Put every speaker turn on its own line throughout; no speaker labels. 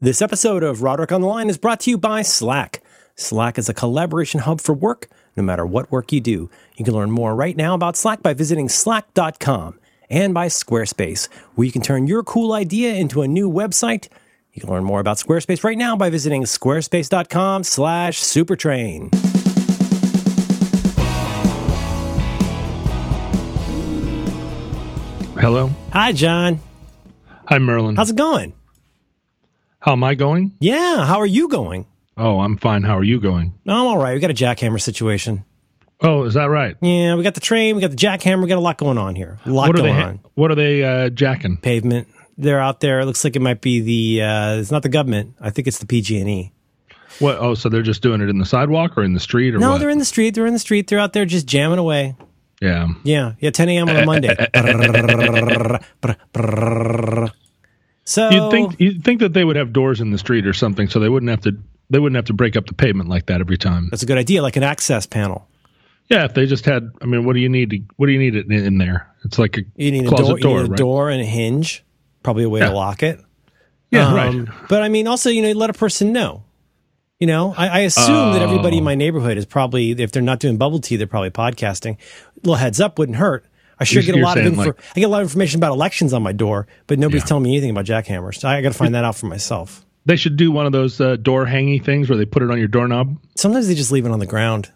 This episode of Roderick on the Line is brought to you by Slack. Slack is a collaboration hub for work, no matter what work you do. You can learn more right now about Slack by visiting slack.com and by Squarespace, where you can turn your cool idea into a new website. You can learn more about Squarespace right now by visiting squarespace.com slash supertrain.
Hello,
Hi, John.
I'm Merlin.
How's it going?
how am I going?
Yeah, how are you going?
Oh, I'm fine. How are you going?
I'm all right. We got a jackhammer situation.
Oh, is that right?
Yeah, we got the train, we got the jackhammer, we got a lot going on here. A lot
what are
going
they?
on.
What are they uh, jacking?
pavement. They're out there. It looks like it might be the. Uh, it's not the government. I think it's the PG&E.
What? Oh, so they're just doing it in the sidewalk or in the street or
No,
what?
they're in the street. They're in the street. They're out there just jamming away.
yeah.
Yeah, yeah. 10 a.m. on a Monday. so
You'd think you'd think that they would have doors in the street or something, so they wouldn't have to they wouldn't have to break up the pavement like that every time.
that's a good idea, like an access panel.
Yeah, if they just had. I mean, what do you need? To, what do you need in, in there? It's like a
You need a
closet
door. you
door,
need a
right?
door and a hinge. Probably a way
Yeah.
to lock it.
Yeah,
Um,
right.
But I mean, also, you know, let a person know. You know, I, I assume that everybody
Oh.
in my neighborhood is probably, if they're not doing bubble tea, they're probably podcasting. Little heads up wouldn't hurt. I sure
You're-
get a
you're
lot of
saying,
info-
like-
I get a lot of information about elections on my door, but nobody's
Yeah.
telling me anything about jackhammers. I, got to find that out for myself.
They should do one of those uh, door hangy things where they put it on your doorknob.
Sometimes they just leave it on the ground.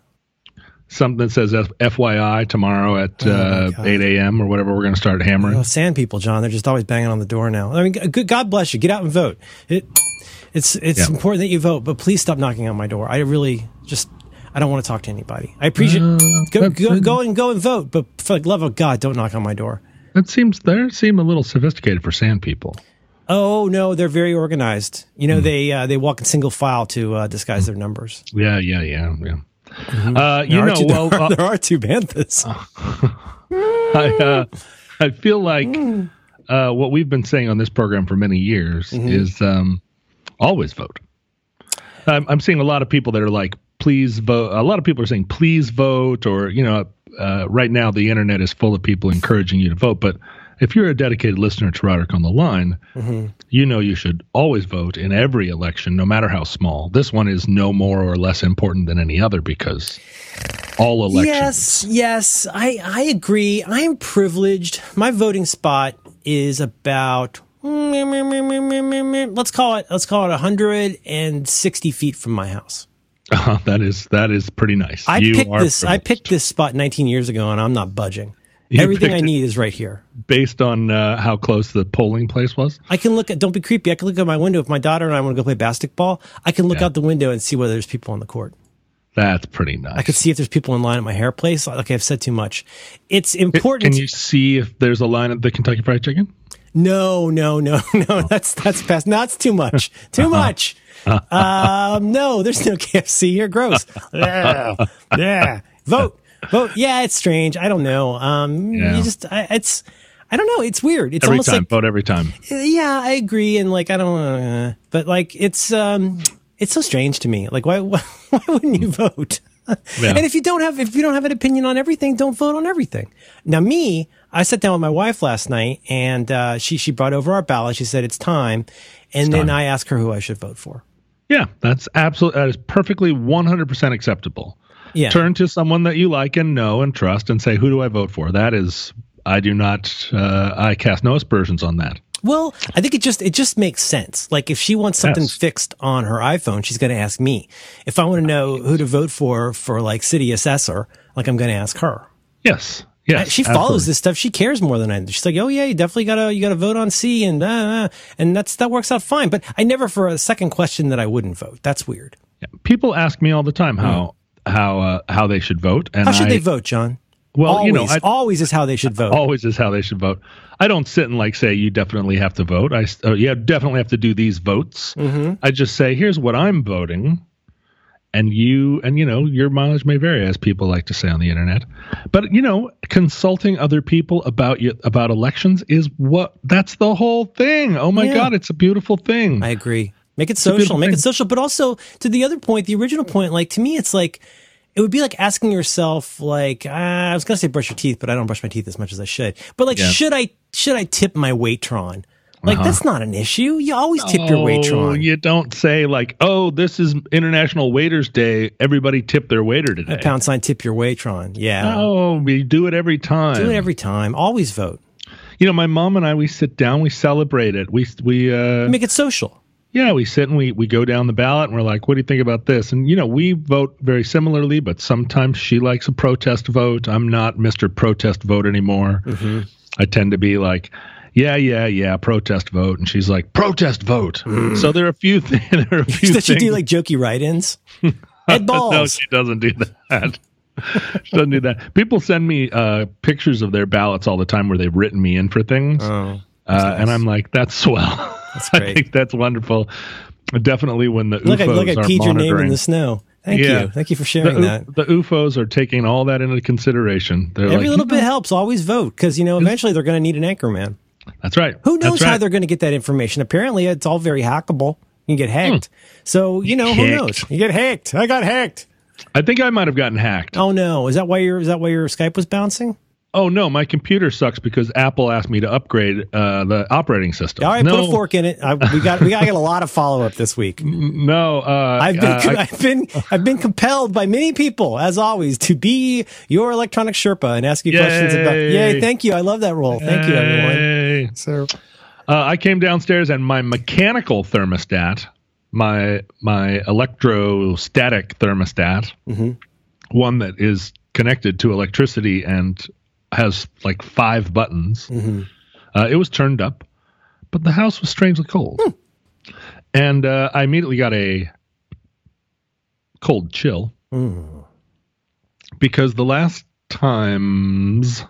Something that says F- FYI tomorrow at uh,
God.
8 a.m. or whatever. We're going to start hammering.
Oh, sand people, John. They're just always banging on the door now. I mean, g- good. God bless you. Get out and vote. It, it's it's
Yeah.
important that you vote, but please stop knocking on my door. I really just I don't want to talk to anybody. I appreciate
Mm,
go, go go and go and vote, but for the love of God, don't knock on my door.
That seems they seem a little sophisticated for sand people.
Oh no, they're very organized. You
Mm.
know, they uh, they walk in single file to uh, disguise their numbers.
Yeah, yeah, yeah, yeah. Uh, you
There are
know,
two-
well,
there, are,
uh,
there are two banthas.
I, uh, I feel like uh, what we've been saying on this program for many years is um, always vote. I'm, I'm seeing a lot of people that are like, please vote. A lot of people are saying, please vote, or you know, uh, right now the internet is full of people encouraging you to vote. But if you're a dedicated listener to Roderick on the Line, you know you should always vote in every election, no matter how small. This one is no more or less important than any other because all
Yes,
elections.
yes, I, I agree. I am privileged. My voting spot is about let's call it let's call it 160 feet from my house.
Oh, that is that is pretty nice.
I
you
picked
are
this I
privileged.
picked this spot 19 years ago and I'm not budging.
You
Everything I
picked it.
need is right here.
based on uh, how close the polling place was.
I can look at don't be creepy. I can look at my window if my daughter and I want to go play basketball. I can look out the window and see whether there's people on the court.
That's pretty nice.
I could see if there's people in line at my hair place. Like I've said too much. It's important.
Can you see if there's a line at the Kentucky Fried Chicken?
No, no, no, no. That's that's past. No, it's too much. Too
Uh-huh.
much. um, no, there's no KFC here. Gross. yeah, yeah. Vote, vote. Yeah, it's strange. I don't know. Um,
Yeah.
you just, I, it's, I don't know. It's weird. It's
Every
almost
time,
like
vote every time.
yeah, I agree, and like I don't, uh, but like it's um, it's so strange to me. Like why why, why wouldn't you vote?
Yeah.
And if you don't have if you don't have an opinion on everything, don't vote on everything. Now me, I sat down with my wife last night, and uh, she she brought over our ballot. She said it's time, and then I asked her who I should vote for.
Yeah, that's absolutely that is perfectly 100% acceptable.
Yeah,
Turn to someone that you like and know and trust and say, "Who do I vote for?" That is I do not uh, I cast no aspersions on that.
Well, I think it just it just makes sense. Like if she wants something
Yes.
fixed on her iPhone, she's going to ask me. If I want to know who to vote for for like city assessor, like I'm going to ask her.
Yes. Yes.
she follows this stuff. She cares more than I do. She's like, oh yeah, you definitely gotta you gotta vote on C and uh, uh, and that's that works out fine. But I never for a second question that I wouldn't vote. That's weird.
absolutely. People ask me all the time how how uh, how they should vote and
Hmm. How should
I,
they vote, John?
Well,
always,
you know, I- Oh.
always is how they should vote.
always is how they should vote. I don't sit and like say you definitely have to vote. I s- uh, yeah definitely have to do these votes.
Mm-hmm.
I just say here's what I'm voting, and you and you know your mileage may vary as people like to say on the internet, but you know consulting other people about you about elections is what that's the whole thing. Oh my
Yeah.
god, it's a beautiful thing.
I agree. Make it
beautiful
social. Make it
thing.
social. But also to the other point, the original point, like to me, it's like it would be like asking yourself, like ah, I was gonna say brush your teeth, but I don't brush my teeth as much as I should. But like,
Yeah.
should I should I tip my waitron?
Uh-huh.
Like that's not an issue. You always tip your
Oh,
waitron.
You don't say like, "Oh, this is International Waiters Day. Everybody tip their waiter today."
Pound sign tip your waitron. Yeah.
Oh, we do it every time.
Do it every time. Always vote.
you know, my mom and I we sit down, we celebrate it. We we uh
Make it social.
yeah, we sit and we we go down the ballot and we're like, "What do you think about this?" And you know, we vote very similarly, but sometimes she likes a protest vote. I'm not Mr. Protest vote anymore.
Mm-hmm.
I tend to be like yeah, yeah, yeah. Protest vote, and she's like, protest vote. So there are a few, th- there are a few
Does Mm. she
things.
do like jokey write-ins? Ed balls.
No, she doesn't do that. she doesn't do that. People send me uh, pictures of their ballots all the time where they've written me in for things.
Oh,
uh, And I'm like, that's swell. That's I
great.
think that's wonderful. Definitely when the
look, I,
UFOs
look, I
are
peed your
monitoring.
name in the snow. Thank
Yeah. uh,
you. Thank you for
the,
sharing
U-
that.
the UFOs are taking all that into consideration. They're
Every
like,
little bit helps. Always vote because you know eventually they're going to need an anchor man.
that's right.
Who
That's
knows
right.
how they're going to get that information? Apparently, it's all very hackable. You can get hacked. So you know who
Hmm. Hacked.
knows? You get hacked. I got hacked.
I think I might have gotten hacked.
Oh no! Is that why your is that why your Skype was bouncing?
Oh no, my computer sucks because Apple asked me to upgrade uh, the operating system.
All right,
no,
put a fork in it. I, we got we got, I got a lot of follow up this week.
no. Uh,
I've been
uh, I-
I've been I've been compelled by many people, as always, to be your electronic Sherpa and ask you questions about.
Yay.
Yay! Thank you. I love that role. Thank you, everyone.
Hey.
So
Uh, I came downstairs and my mechanical thermostat, my my electrostatic thermostat, one that is connected to electricity and has like five buttons, uh, it was turned up, but the house was strangely cold, and uh, I immediately got a cold chill because the last times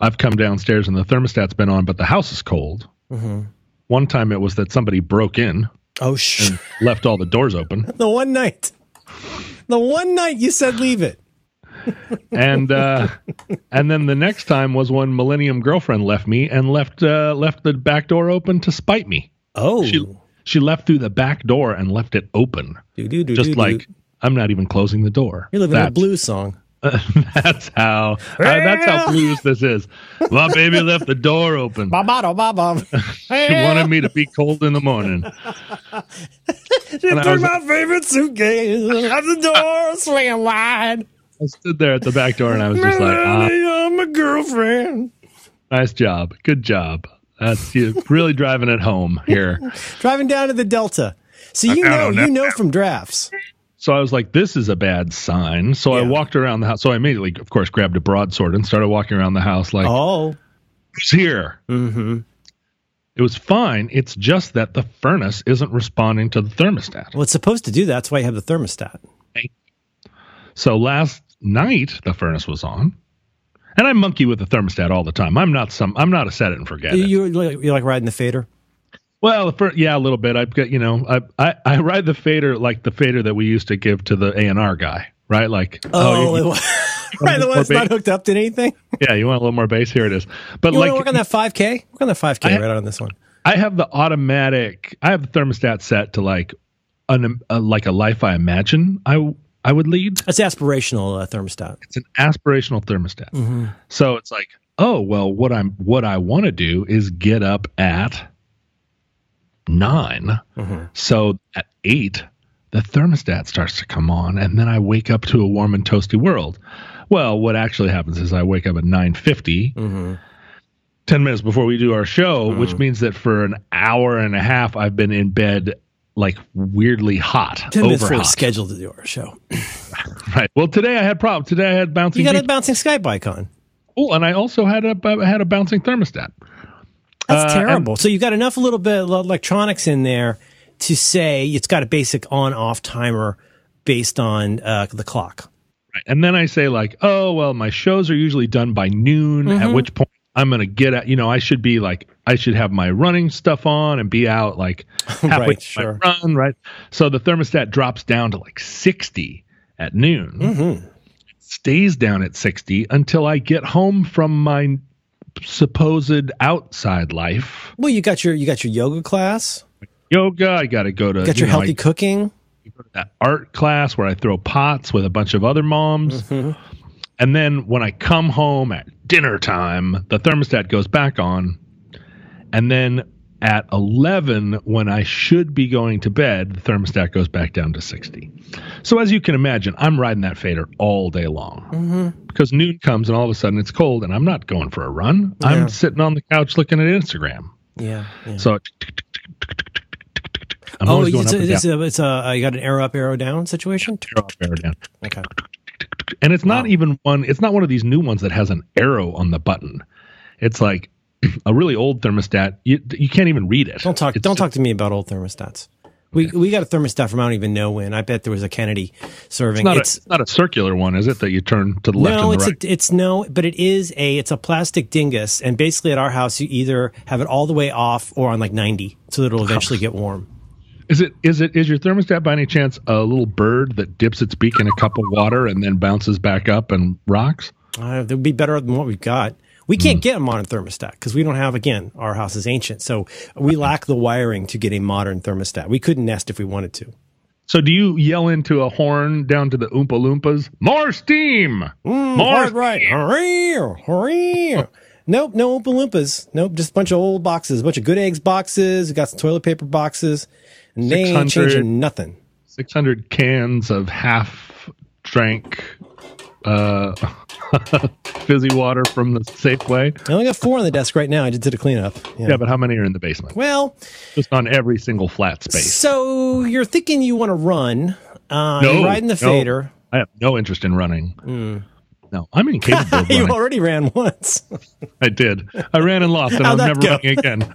I've come downstairs and the thermostat's been on, but the house is cold. One time it was that somebody broke in,
oh sh!
left all the doors open,
The one night, the one night you said leave it.
and uh, and then the next time was when Millennium girlfriend left me and left uh, left the back door open to spite me.
Oh,
She she left through the back door and left it open,
Doo-doo-doo-doo-doo.
just like I'm not even closing the door.
you're living that. a
That's-
blues song.
That's how uh, that's how blues this is. My baby left the door open.
Babado, babam.
She wanted me to be cold in the morning. and I
Through
was-
my favorite suitcase, out the door swinging wide.
I stood there at the back door and I was just like, ah,
I'm a girlfriend.
nice job. Good job. That's you really driving it home here.
Driving down to the Delta. So you know,
don't know.
you know from drafts.
So I was like, this is a bad sign. So I
Yeah.
walked around the house. So I immediately, of course, grabbed a broadsword and started walking around the house like,
Oh,
it's here.
mm-hmm.
It was fine. It's just that the furnace isn't responding to the thermostat.
well, it's supposed to do that. That's why you have the thermostat.
So last night the furnace was on. And I monkey with the thermostat all the time. I'm not some I'm not a set it and forget it.
You, you like, you like riding the fader.
Well, for, yeah, a little bit. I've got you know, I, I I ride the fader like the fader that we used to give to the A and R guy, right? Like,
Oh,
you-
it was, right. The one that's not hooked up to anything.
yeah, you want a little more bass? Here it is. But
You want
like,
to work on that 5K? Work on that 5K
I-
right on this one.
I have the automatic. I have the thermostat set to like, an uh, like a life I imagine I w- I would lead.
That's aspirational uh, thermostat.
It's an aspirational thermostat.
Mm-hmm.
So it's like, oh well, what I'm what I want to do is get up at 9
Mm-hmm.
So at eight, the thermostat starts to come on, and then I wake up to a warm and toasty world. Well, what actually happens is I wake up at nine
Mm-hmm.
ten minutes before we do our show, which means that for an hour and a half I've been in bed like weirdly hot,
Ten minutes
over
before we're
hot.
scheduled to do our show.
Right. Well, today I had problems. Today I had bouncing.
You got a
beach-
bouncing Skype icon.
Oh, and I also had a I had a bouncing thermostat.
That's
Uh,
terrible. So you got enough a little bit of electronics in there to say it's got a basic on-off timer based on uh, the clock.
Right. And then I say like, oh well, my shows are usually done by noon.
Mm-hmm.
At which point I'm gonna get at you know I should be like I should have my running stuff on and be out like halfway
Right,
through
sure.
my run right. So the thermostat drops down to like 60 at noon.
Mm-hmm.
Stays down at 60 until I get home from my supposed outside life.
Well, you got your you got your yoga class,
Yoga. I got to go to
you got
you
your
know, I
healthy cooking.
that art class where I throw pots with a bunch of other moms.
Mm-hmm.
And then when I come home at dinner time, the thermostat goes back on. And then at 11 when I should be going to bed, the thermostat goes back down to 60. So, as you can imagine, I'm riding that fader all day long
Mm-hmm.
because noon comes and all of a sudden it's cold and I'm not going for a run.
Yeah.
I'm sitting on the couch looking at Instagram.
Yeah. yeah.
So, I'm
Oh,
always going
it's,
up and
a,
down,
it's, a, it's a you got an arrow up, arrow down situation.
arrow up, arrow down.
Okay.
And it's not
Wow.
even one, it's not one of these new ones that has an arrow on the button. It's like a really old thermostat. You, you can't even read it.
Don't talk.
It's
don't
just-
talk to me about old thermostats. We we got a thermostat from I don't even know when. I bet there was a Kennedy serving.
Not a, it's not a circular one, is it? That you turn to the left
no,
and the
it's
right.
a, it's no, but it is a it's a plastic dingus, and basically at our house you either have it all the way off or on like ninety, so that it'll eventually get warm.
Is it is it is your thermostat by any chance a little bird that dips its beak in a cup of water and then bounces back up and rocks?
Uh, that would be better than what we've got. We
Hmm.
can't get a modern thermostat because we don't have. Again, our house is ancient, so we lack the wiring to get a modern thermostat. We couldn't nest if we wanted to.
So do you yell into a horn down to the Oompa Loompas? More steam! More
Hard right. Hooray! Hooray! Nope, no Oompa Loompas. Nope, just a bunch of old boxes, a bunch of good eggs boxes. We got some toilet paper boxes. And they ain't
600.
changing nothing.
six hundred cans of half drank uh, fizzy water from the Safeway.
I only got four on the desk right now. I just did a cleanup. Yeah.
Yeah, but how many are in the basement?
Well,
Just on every single flat space.
so you're thinking you want to run. Uh,
No,
you're riding the
no.
fader.
I have no interest in running. No, I'm incapable of
Hmm. you
running.
already ran once.
I did. I ran and lost, and
How'd that
I'm never
go?
running again.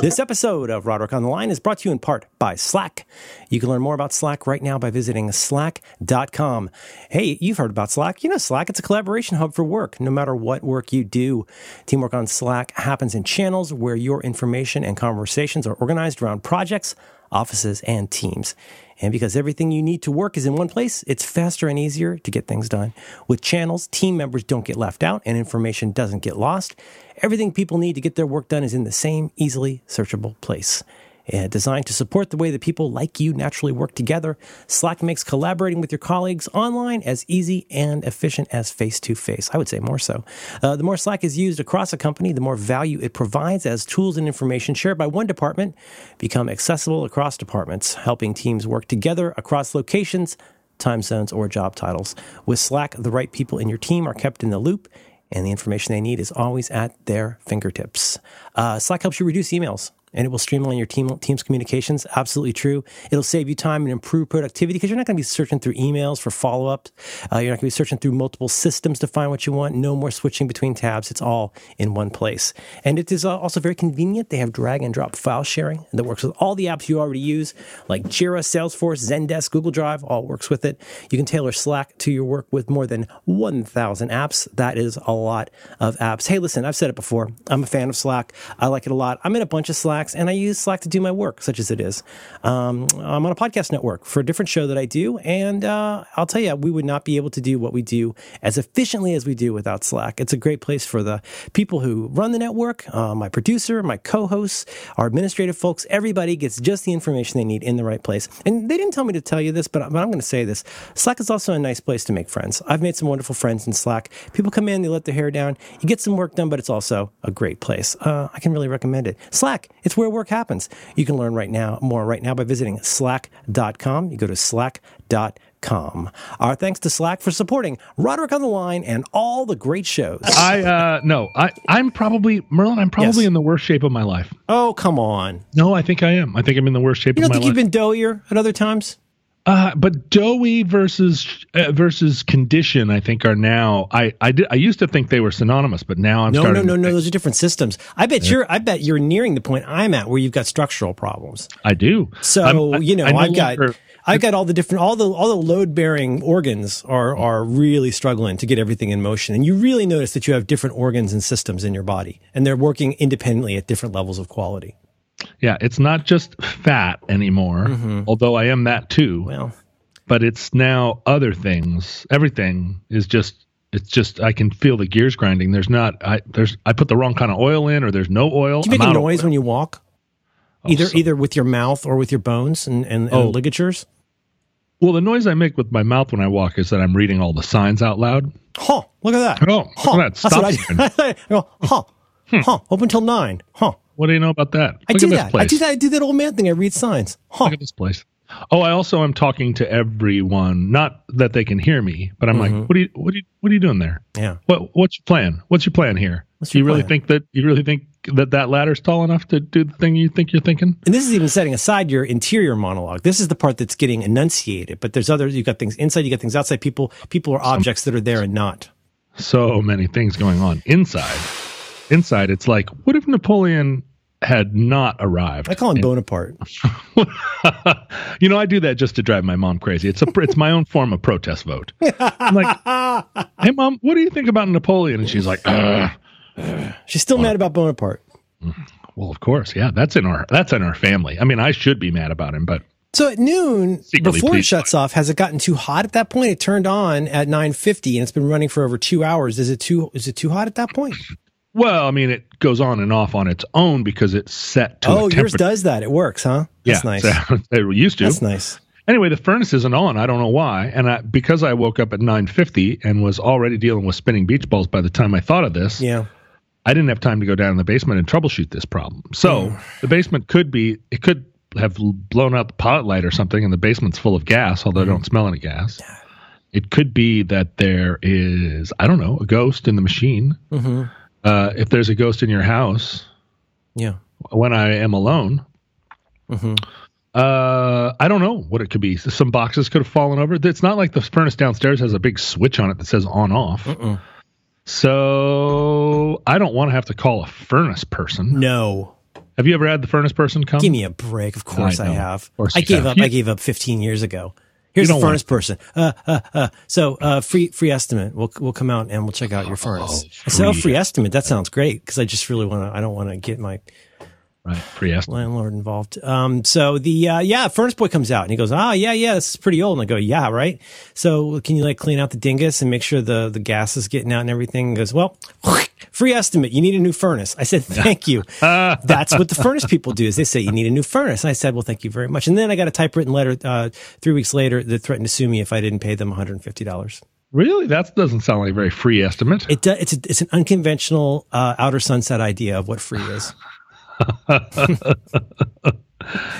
This episode of Roderick on the Line is brought to you in part by Slack. You can learn more about Slack right now by visiting slack.com. Hey, you've heard about Slack. You know Slack, it's a collaboration hub for work, no matter what work you do. Teamwork on Slack happens in channels where your information and conversations are organized around projects, offices, and teams. And because everything you need to work is in one place, it's faster and easier to get things done. With channels, team members don't get left out and information doesn't get lost. Everything people need to get their work done is in the same easily searchable place. Uh, designed to support the way that people like you naturally work together, Slack makes collaborating with your colleagues online as easy and efficient as face to face. I would say more so. Uh, the more Slack is used across a company, the more value it provides as tools and information shared by one department become accessible across departments, helping teams work together across locations, time zones, or job titles. With Slack, the right people in your team are kept in the loop and the information they need is always at their fingertips. Uh, Slack helps you reduce emails and it will streamline your team, team's communications. Absolutely true. It'll save you time and improve productivity because you're not going to be searching through emails for follow ups. Uh, you're not going to be searching through multiple systems to find what you want. No more switching between tabs. It's all in one place. And it is uh, also very convenient. They have drag and drop file sharing that works with all the apps you already use, like Jira, Salesforce, Zendesk, Google Drive, all works with it. You can tailor Slack to your work with more than 1,000 apps. That is a lot of apps. Hey, listen, I've said it before. I'm a fan of Slack. I like it a lot. I'm in a bunch of Slacks and I use Slack to do my work, such as it is. Um, I'm on a podcast network for a different show that I do. And uh, I'll tell you, we would not be able to do what we do as efficiently as we do without Slack. It's a great place for the people who run the network, uh, my producer, my co hosts, our administrative folks. Everybody gets just the information they need in the right place. And they didn't tell me to tell you this, but, I- but I'm going to say this Slack is also a nice place to make friends. I've made some wonderful friends in Slack. People come in, they let their hair down, you get some work done, but it's also a great place. Uh, I can really recommend it. Slack, it's where work happens. You can learn right now more right now by visiting slack.com. You go to slack.com. Our thanks to Slack for supporting Roderick on the Line and all the great shows.
I uh no, I I'm probably Merlin. I'm probably
Yes.
in the worst shape of my life.
Oh, come on.
No, I think I am. I think I'm in the worst shape
You
of
don't
my
think
life.
you've been doughier at other times?
uh, but doughy versus uh, versus condition, I think are now. I I did. I used to think they were synonymous, but now I'm
No, no,
starting.
no,
to
no.
think-
Those are different systems. I bet you're. I bet you're nearing the point I'm at, where you've got structural problems.
I do.
So
I'm- I-
you know,
I no
I've got.
longer-
I've got all the different, all the all the load bearing organs are are really struggling to get everything in motion, and you really notice that you have different organs and systems in your body, and they're working independently at different levels of quality.
yeah, it's not just fat anymore. Although I am that too.
Mm-hmm. Well,
but it's now other things. Everything is just it's just I can feel the gears grinding. There's not I there's I put the wrong kind of oil in or there's no oil.
do you make
I'm
a
out of
noise
oil.
when you walk? Either
Oh, so-
either with your mouth or with your bones and and, and
Oh.
ligatures.
Well, the noise I make with my mouth when I walk is that I'm reading all the signs out loud.
Huh? Look at that.
Oh, look
huh,
at that. Stop
That's what I, I go, huh? huh? Open till nine. Huh?
What do you know about that?
I
Look
do
at
that.
This place.
I do that. I do that old man thing. I read signs. Huh.
Look at this place. Oh, I also am talking to everyone. Not that they can hear me, but I'm
Mm-hmm.
like, what are you, what are you, what are you doing there?
Yeah.
What, what's your plan? What's your plan here?
What's
Do you
your
really
plan?
think that you really think that that ladder's tall enough to do the thing you think you're thinking?
And this is even setting aside your interior monologue. This is the part that's getting enunciated, but there's other you got things inside, you got things outside. People people are objects that are there and not.
so many things going on inside. Inside, it's like, what if Napoleon had not arrived?
I call him Bonaparte.
you know, I do that just to drive my mom crazy. It's a, it's my own form of protest vote. I'm like, hey mom, what do you think about Napoleon? And she's like, "Ugh."
She's still mad about Bonaparte.
well, of course, yeah, that's in our, that's in our family. I mean, I should be mad about him, but
So at noon,
Secretly
before it
pleased
shuts off, has it gotten too hot at that point? It turned on at nine fifty, and it's been running for over two hours. Is it too? Is it too hot at that point?
well, I mean, it goes on and off on its own because it's set to.
Oh,
a
yours
temperature.
does that. It works, huh?
Yeah,
That's nice.
so- it used to.
That's nice.
anyway the furnace isn't on i don't know why and I, because i woke up at 9.50 and was already dealing with spinning beach balls by the time i thought of this
Yeah.
i didn't have time to go down in the basement and troubleshoot this problem so the basement could be it could have l- blown out the pilot light or something and the basement's full of gas although i don't smell any gas it could be that there is i don't know a ghost in the machine
Mm-hmm.
uh, if there's a ghost in your house
Yeah.
when i am alone
Mm-hmm.
uh, I don't know what it could be. Some boxes could have fallen over. It's not like the furnace downstairs has a big switch on it that says on off.
Mm-mm.
So I don't want to have to call a furnace person.
No.
Have you ever had the furnace person come?
Give me a break. Of course I,
know.
have.
Of course
I
you
gave
have.
up.
You-
I gave up 15 years ago. Here's
You
the
don't
furnace person. Uh, uh, uh. So uh, free free estimate. We'll we'll come out and we'll check out your furnace. I said, oh,
free
free estimate. That sounds great because I just really want to. I don't want to get my
right, free estimate.
landlord involved. Um, so the uh, yeah, furnace boy comes out and he goes, oh yeah, yeah, this is pretty old. And I go, yeah, right. So can you like clean out the dingus and make sure the the gas is getting out and everything? And goes, well, free estimate. You need a new furnace. I said, thank you. That's what the furnace people do is they say you need a new furnace. And I said, well, thank you very much. And then I got a typewritten letter uh, three weeks later that threatened to sue me if I didn't pay them one hundred and fifty dollars.
Really, that doesn't sound like a very free estimate.
It do, it's a, it's an unconventional uh, outer sunset idea of what free is.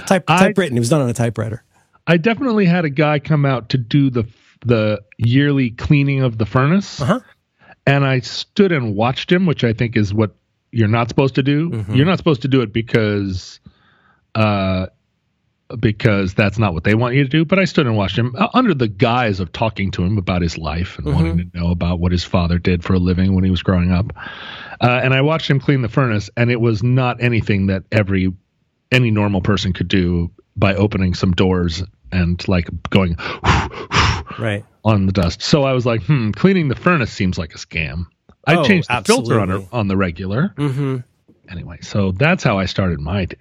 Type,
I-
typewritten. It was done on a typewriter.
I definitely had a guy come out to do the the yearly cleaning of the furnace,
Uh-huh.
and I stood and watched him, which I think is what you're not supposed to do. You're not supposed to do it because, uh, because that's not what they want you to do. But I stood and watched him uh, under the guise of talking to him about his life and wanting to know about what his father did for a living when he was growing up. Uh, and I watched him clean the furnace, and it was not anything that every any normal person could do by opening some doors and like going
Right.
on the dust. So I was like, hmm, cleaning the furnace seems like a scam. I
Oh,
changed the filter on,
absolutely.
a, on the regular.
Mm-hmm.
Anyway, so that's how I started my day.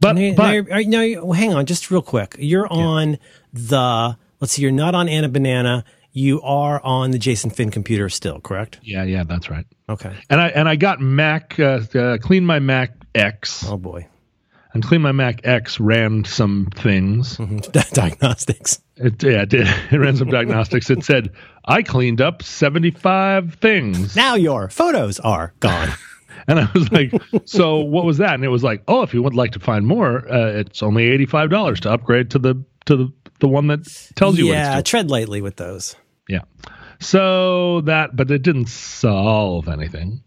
But, but
no, hang on, just real quick. You're on the. Let's see. You're not on Anna Banana. You are on the Jason Finn computer still, correct?
yeah, yeah, that's right.
Okay.
And I and I got Mac uh, uh, clean my Mac X
Oh boy.
and clean my Mac X ran some things.
Mm-hmm. Diagnostics.
It, yeah, it did. It ran some diagnostics. It said I cleaned up seventy five things.
Now your photos are gone.
And I was like, so what was that? And it was like, oh, if you would like to find more, uh, it's only eighty five dollars to upgrade to the to the, the one that tells you
yeah.
what it's
Tread lightly with those.
doing. Yeah. So that, but it didn't solve anything.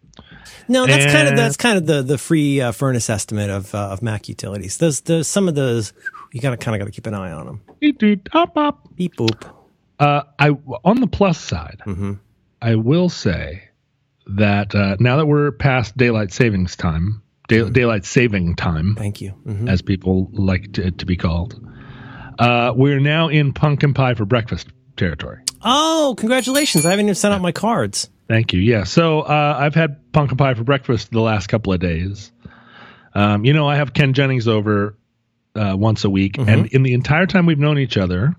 No, that's kind of
And-
that's kind of the the free uh, furnace estimate of uh, of Mac utilities. Those those some of those you gotta kind of gotta keep an eye on them.
Beep, doop, op, op.
Beep boop.
Uh, I on the plus side,
Mhm.
I will say that uh, now that we're past daylight savings time, day, daylight saving time,
Thank you. Mhm.
as people like to, to be called, uh, we're now in pumpkin pie for breakfast territory.
Oh, congratulations! I haven't even sent out my cards.
Thank you. Yeah. So uh, I've had pumpkin pie for breakfast the last couple of days. Um, you know, I have Ken Jennings over uh, once a week, and in the entire time we've known each other,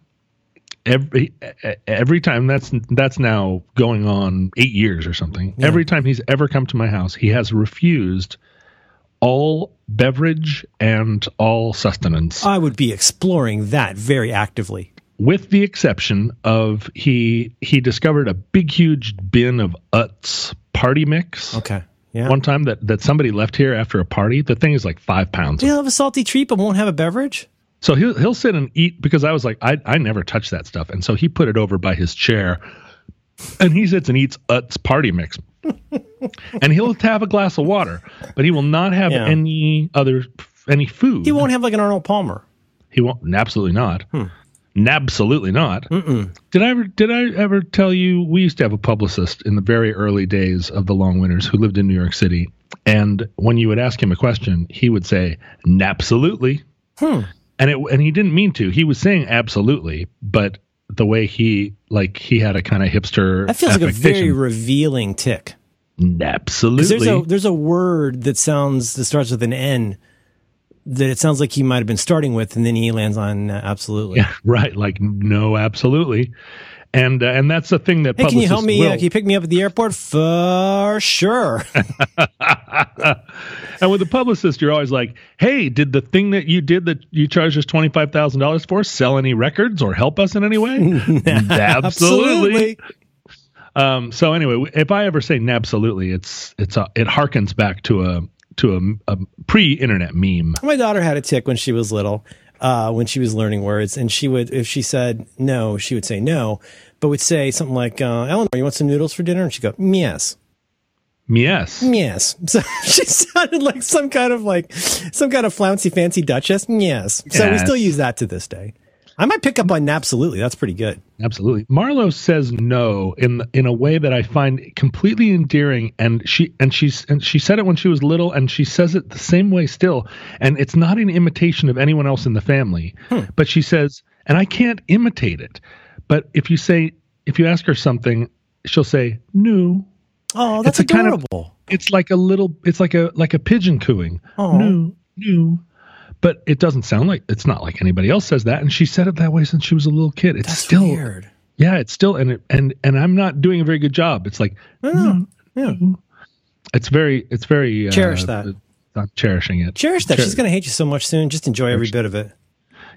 every e- every time that's that's now going on eight years or something. Every time he's ever come to my house, he has refused all beverage and all sustenance,
I would be exploring that very actively.
with the exception of he he discovered a big huge bin of Utz party mix
Okay. Yeah.
one time that, that somebody left here after a party. The thing is like five pounds.
You'll have a salty treat, but won't have a beverage.
So he'll he'll sit and eat because I was like, I I never touch that stuff. And so he put it over by his chair and he sits and eats Utz party mix. and he'll have a glass of water, but he will not have
Yeah.
any other any food.
He won't have like an Arnold Palmer.
He won't. Absolutely not.
Hmm.
Absolutely not. Did I ever? Did I ever tell you we used to have a publicist in the very early days of the Long Winters who lived in New York City, and when you would ask him a question, he would say, "Absolutely,"
Hmm.
and it and he didn't mean to. He was saying absolutely, but the way he like he had a kind of hipster.
That feels like a very
affectation.
revealing tick. There's
absolutely.
a there's a word that sounds that starts with an N that it sounds like he might have been starting with, and then he lands on uh, absolutely.
Right, like no, absolutely, and uh, and that's the thing that
Hey, can you
publicists
help me? Uh,
will-
can you pick me up at the airport? For sure.
And with a publicist, you're always like, "Hey, did the thing that you did that you charged us twenty five thousand dollars for sell any records or help us in any way?" absolutely. Um, so anyway, if I ever say absolutely, it's it's a, it harkens back to a to a, a pre internet meme.
My daughter had a tick when she was little, uh, when she was learning words, and she would, if she said no, she would say no, but would say something like, uh, "Eleanor, you want some noodles for dinner?" And she'd go, "Yes,
Yes,
yes." So she sounded like some kind of like some kind of flouncy, fancy duchess. Yes. So we
Yes.
still use that to this day. I might pick up on absolutely. That's pretty good.
absolutely. Marlo says no in in a way that I find completely endearing, and she and she's and she said it when she was little, and she says it the same way still, and it's not an imitation of anyone else in the family,
Hmm.
but she says, and I can't imitate it, but if you say if you ask her something, she'll say no.
Oh, that's
a kind of-
adorable.
It's like a little. It's like a like a pigeon cooing.
Aw.
No, no. But it doesn't sound like it's not like anybody else says that. And she said it that way since she was a little kid. It's
that's
still
weird.
yeah, it's still and it, and and I'm not doing a very good job. It's like hmm.
Oh, yeah.
it's very it's very uh,
Cherish that.
I'm cherishing it.
Cherish that. She's going to hate you so much soon. Just enjoy every bit of it.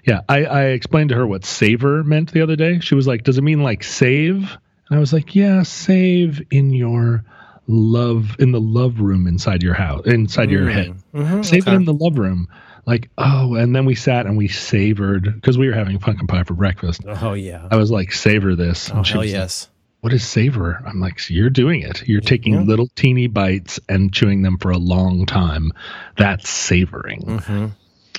Yeah, I, I explained to her what savor meant the other day. She was like, "Does it mean like save?" And I was like, "Yeah, save in your love in the love room inside your house, inside
Mm-hmm.
your head. save it in the love room." Like, oh, and then we sat and we savored because we were having pumpkin pie for breakfast.
Oh yeah.
I was like, "Savor this."
Oh
and she
hell
was like,
yes.
what is savor? I'm like, you're doing it. You're taking little teeny bites and chewing them for a long time. That's savoring.
Mm-hmm.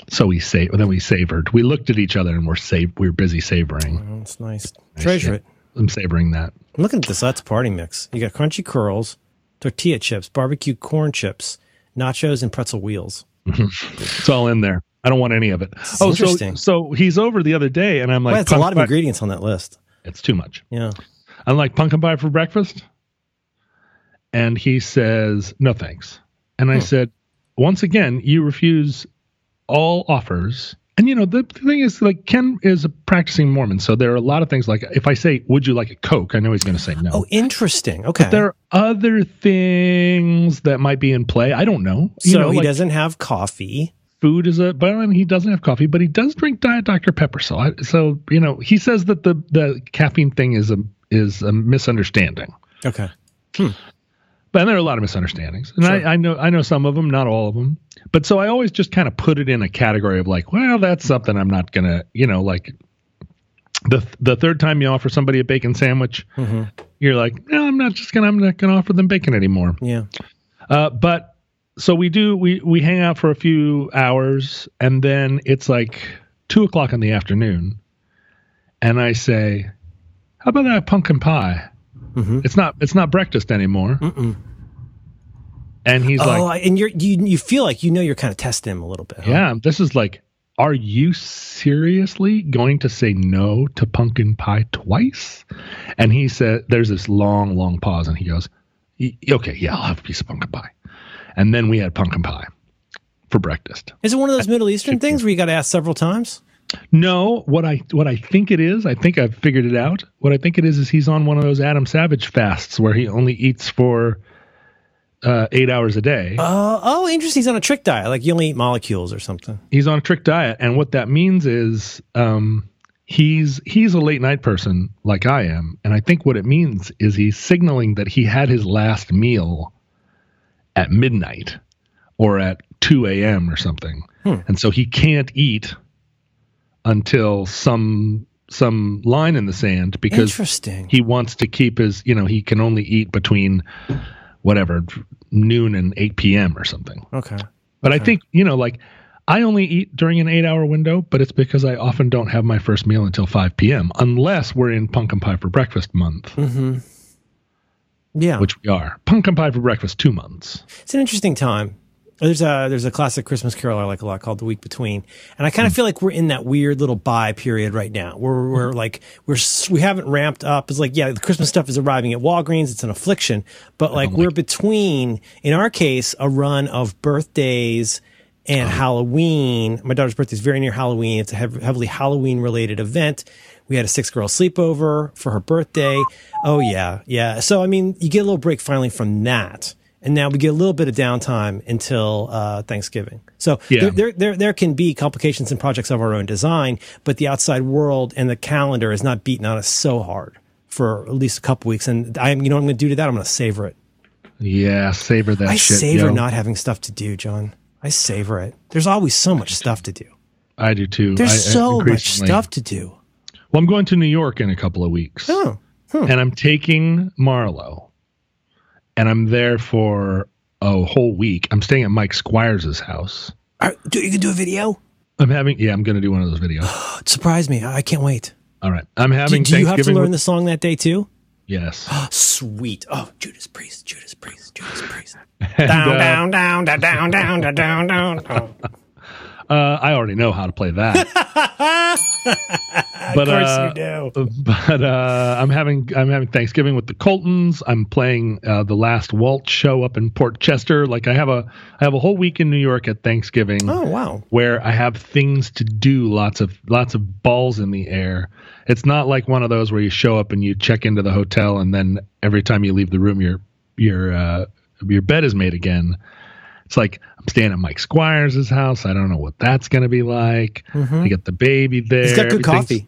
So we say, then we savored. We looked at each other and we're sav- we're busy savoring.
Oh, That's nice. Treasure
Yeah.
it.
I'm savoring that.
I'm looking at this That's party mix. You got crunchy curls, tortilla chips, barbecue corn chips, nachos, and pretzel wheels.
It's all in there. I don't want any of it. oh,
interesting.
So, so he's over the other day, and I'm like,
Well, that's a lot of
"Pumpkin
ingredients on that list.
pie- It's too much.
Yeah.
I'm like, pumpkin pie for breakfast? And he says, no thanks. And
Hmm.
I said, once again, you refuse all offers. And you know, the thing is, like, Ken is a practicing Mormon. So there are a lot of things like, if I say, would you like a Coke? I know he's going to say no.
Oh, interesting. Okay.
there are other things that might be in play. I don't know.
so
you know,
he
like,
doesn't have coffee.
food is a but and he doesn't have coffee but he does drink diet dr pepper so I, so you know he says that the the caffeine thing is a is a misunderstanding
Okay.
but there are a lot of misunderstandings and
Sure.
I, I know i know some of them not all of them but so i always just kind of put it in a category of like well that's something i'm not gonna you know like the the third time you offer somebody a bacon sandwich you're like no i'm not just gonna i'm not gonna offer them bacon anymore
Yeah.
uh, but so we do we we hang out for a few hours and then it's like two o'clock in the afternoon and i say how about that pumpkin pie
Mm-hmm.
it's not it's not breakfast anymore and he's like
oh, I- and you're, you you feel like you know you're kind of testing him a little bit. huh?
yeah this is like are you seriously going to say no to pumpkin pie twice and he said there's this long long pause and he goes "Y- okay yeah i'll have a piece of pumpkin pie and then we had pumpkin pie for breakfast
Is it one of those Middle Eastern things where you got to ask several times?
No, what I what I think it is, I think I've figured it out. What I think it is is he's on one of those Adam Savage fasts where he only eats for uh, eight hours a day.
Uh, oh, interesting. He's on a trick diet. Like you only eat molecules or something.
he's on a trick diet, and what that means is um, he's he's a late night person like I am, and I think what it means is he's signaling that he had his last meal at midnight or at 2 a.m. or something. And so he can't eat until some some line in the sand because
Interesting.
he wants to keep his, you know, he can only eat between whatever noon and 8 p.m. or something.
Okay.
But I think, you know, like I only eat during an eight hour window, but it's because I often don't have my first meal until 5 p.m. unless we're in pumpkin pie for breakfast month,
Mm-hmm. Yeah.
which we are. Pumpkin pie for breakfast, two months.
It's an interesting time. There's a there's a classic Christmas carol I like a lot called The Week Between, and I kind of feel like we're in that weird little buy period right now. Where we're like we're s- we haven't ramped up. It's like yeah, the Christmas stuff is arriving at Walgreens. It's an affliction, but like we're between in our case a run of birthdays and Halloween. My daughter's birthday is very near Halloween. It's a heav- heavily Halloween related event. We had a six girl sleepover for her birthday. Oh yeah, yeah. So I mean, you get a little break finally from that, and now we get a little bit of downtime until uh, Thanksgiving. So
Yeah.
there, there, there, there can be complications in projects of our own design, but the outside world and the calendar is not beating on us so hard for at least a couple weeks. And I, am you know, what I'm going to do to that. I'm going to savor it.
Yeah, savor that
I
shit.
savor
yo.
not having stuff to do, John. I savor it. There's always so much stuff to do.
I do too.
There's
I- I-
so much
increasingly.
stuff to do.
Well, I'm going to New York in a couple of weeks.
Oh, hmm.
And I'm taking Marlo. And I'm there for a whole week. I'm staying at Mike Squires' house.
All right, do you can do a video?
I'm having, yeah, I'm going to do one of those videos.
Surprise me! I I can't wait.
All right. I'm
Do,
having
do you have to
Thanksgiving.
learn
with-
the song that day too?
yes.
Sweet. Oh, Judas Priest, Judas Priest, Judas Priest.
And,
down,
uh,
down, down, down, down, down, down, down, down, Oh, down.
Uh, I already know how to play that.
Of
but,
course
uh,
you do.
But uh, I'm having I'm having Thanksgiving with the Coltons. I'm playing uh, the last waltz show up in Port Chester. Like I have a I have a whole week in New York at Thanksgiving
Oh wow.
where I have things to do, lots of lots of balls in the air. It's not like one of those where you show up and you check into the hotel and then every time you leave the room your your uh, your bed is made again. It's like I'm staying at Mike Squires' house. I don't know what that's going to be like. I get the baby there.
Mm-hmm. He's got good
Everything's-
coffee.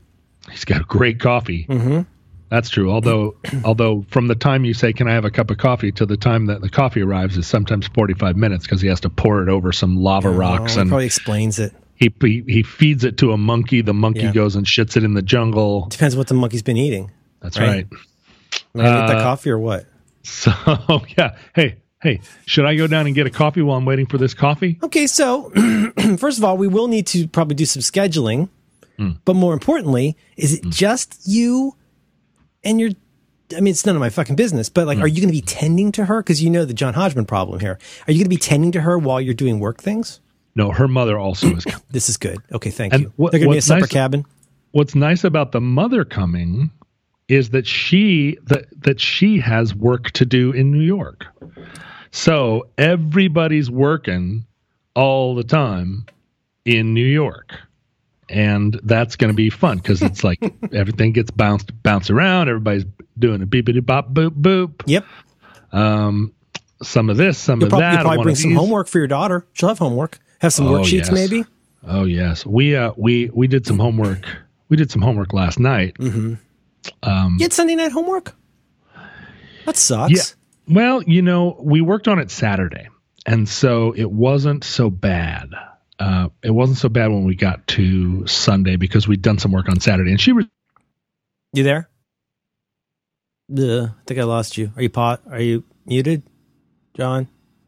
He's got great coffee.
Mm-hmm.
That's true. Although, although from the time you say "Can I have a cup of coffee" to the time that the coffee arrives is sometimes forty-five minutes because he has to pour it over some lava rocks
Oh, it
and
probably explains it.
he, he he feeds it to a monkey. The monkey
Yeah.
goes and shits it in the jungle.
Depends what the monkey's been eating.
That's
Right.
right.
I mean,
Uh,
eat the coffee or what?
So yeah, hey hey, should I go down and get a coffee while I'm waiting for this coffee?
Okay, so first of all, we will need to probably do some scheduling.
Hmm.
But more importantly, is it just you and your? I mean, it's none of my fucking business. But
Hmm.
like, are you going to be tending to her? Because you know the John Hodgman problem here. Are you going to be tending to her while you're doing work things?
No, her mother also is. coming.
This is good. Okay, thank
And
you.
what-
They're going to be a
what's
separate
nice-
cabin.
What's nice about the mother coming is that she that that she has work to do in New York. So everybody's working all the time in New York. And that's going to be fun because it's like everything gets bounced bounced around. Everybody's doing a beepity bop boop boop.
Yep.
Some of this, some
You'll
of
probably,
that.
you'll probably
one
bring
of
some
these.
homework for your daughter. She'll have homework. Have some
Oh,
worksheets,
yes.
maybe.
Oh yes, we uh we we did some homework. We did some homework last night.
Get Sunday night homework. That sucks.
Um, Yeah. Well, you know, we worked on it Saturday, and so it wasn't so bad. Uh, it wasn't so bad when we got to Sunday because we'd done some work on Saturday, and she was
You there? Yeah, I think I lost you. Are you pot? Are you muted, John?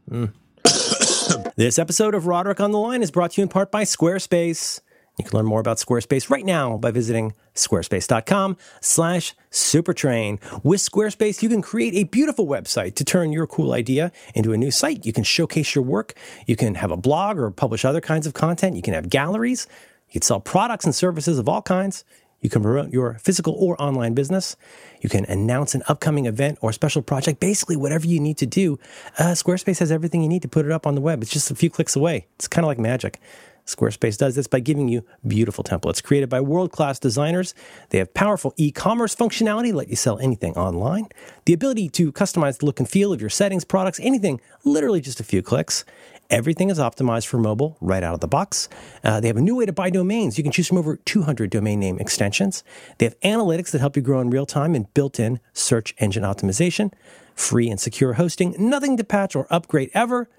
Hmm. Mm. this episode of Roderick on the Line is brought to you in part by Squarespace. You can learn more about Squarespace right now by visiting squarespace.com slash supertrain. With Squarespace, you can create a beautiful website to turn your cool idea into a new site. You can showcase your work. You can have a blog or publish other kinds of content. You can have galleries. You can sell products and services of all kinds. You can promote your physical or online business. You can announce an upcoming event or special project. Basically, whatever you need to do, uh, Squarespace has everything you need to put it up on the web. It's just a few clicks away. It's kind of like magic. Squarespace does this by giving you beautiful templates created by world class designers. They have powerful e commerce functionality, let you sell anything online, the ability to customize the look and feel of your settings, products, anything, literally just a few clicks. Everything is optimized for mobile right out of the box. Uh, they have a new way to buy domains. You can choose from over 200 domain name extensions. They have analytics that help you grow in real time and built in search engine optimization. free and secure hosting, nothing to patch or upgrade ever.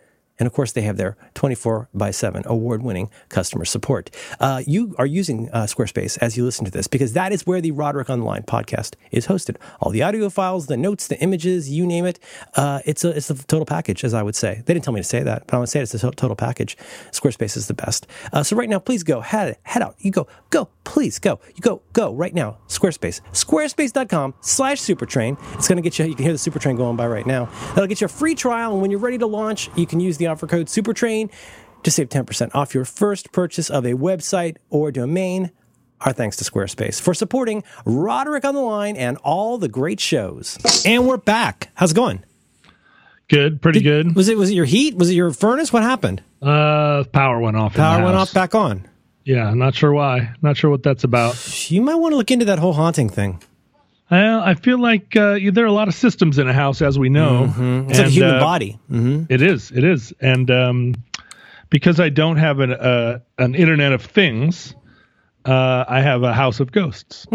And of course, they have their 24 by 7 award winning customer support. Uh, you are using uh, Squarespace as you listen to this because that is where the Roderick Online podcast is hosted. All the audio files, the notes, the images, you name it. Uh, it's, a, it's a total package, as I would say. They didn't tell me to say that, but I would say it's a to- total package. Squarespace is the best. Uh, so right now, please go head, head out. You go, go, please go. You go, go right now. Squarespace. Squarespace.com slash supertrain. It's going to get you, you can hear the supertrain going by right now. That'll get you a free trial. And when you're ready to launch, you can use the offer code supertrain to save 10% off your first purchase of a website or domain. Our thanks to Squarespace for supporting Roderick on the Line and all the great shows. And we're back. How's it going?
Good, pretty good.
Was it was it your heat? Was it your furnace? What happened?
Uh, power went off. in the
Power went
house.
off, back on.
Yeah, not sure why. Not sure what that's about.
You might want to look into that whole haunting thing.
Well, I feel like uh, there are a lot of systems in a house, as we know.
Mm-hmm. It's like a
And,
human
uh,
body.
It is. It is. And um, because I don't have an uh, an Internet of Things, uh, I have a house of ghosts.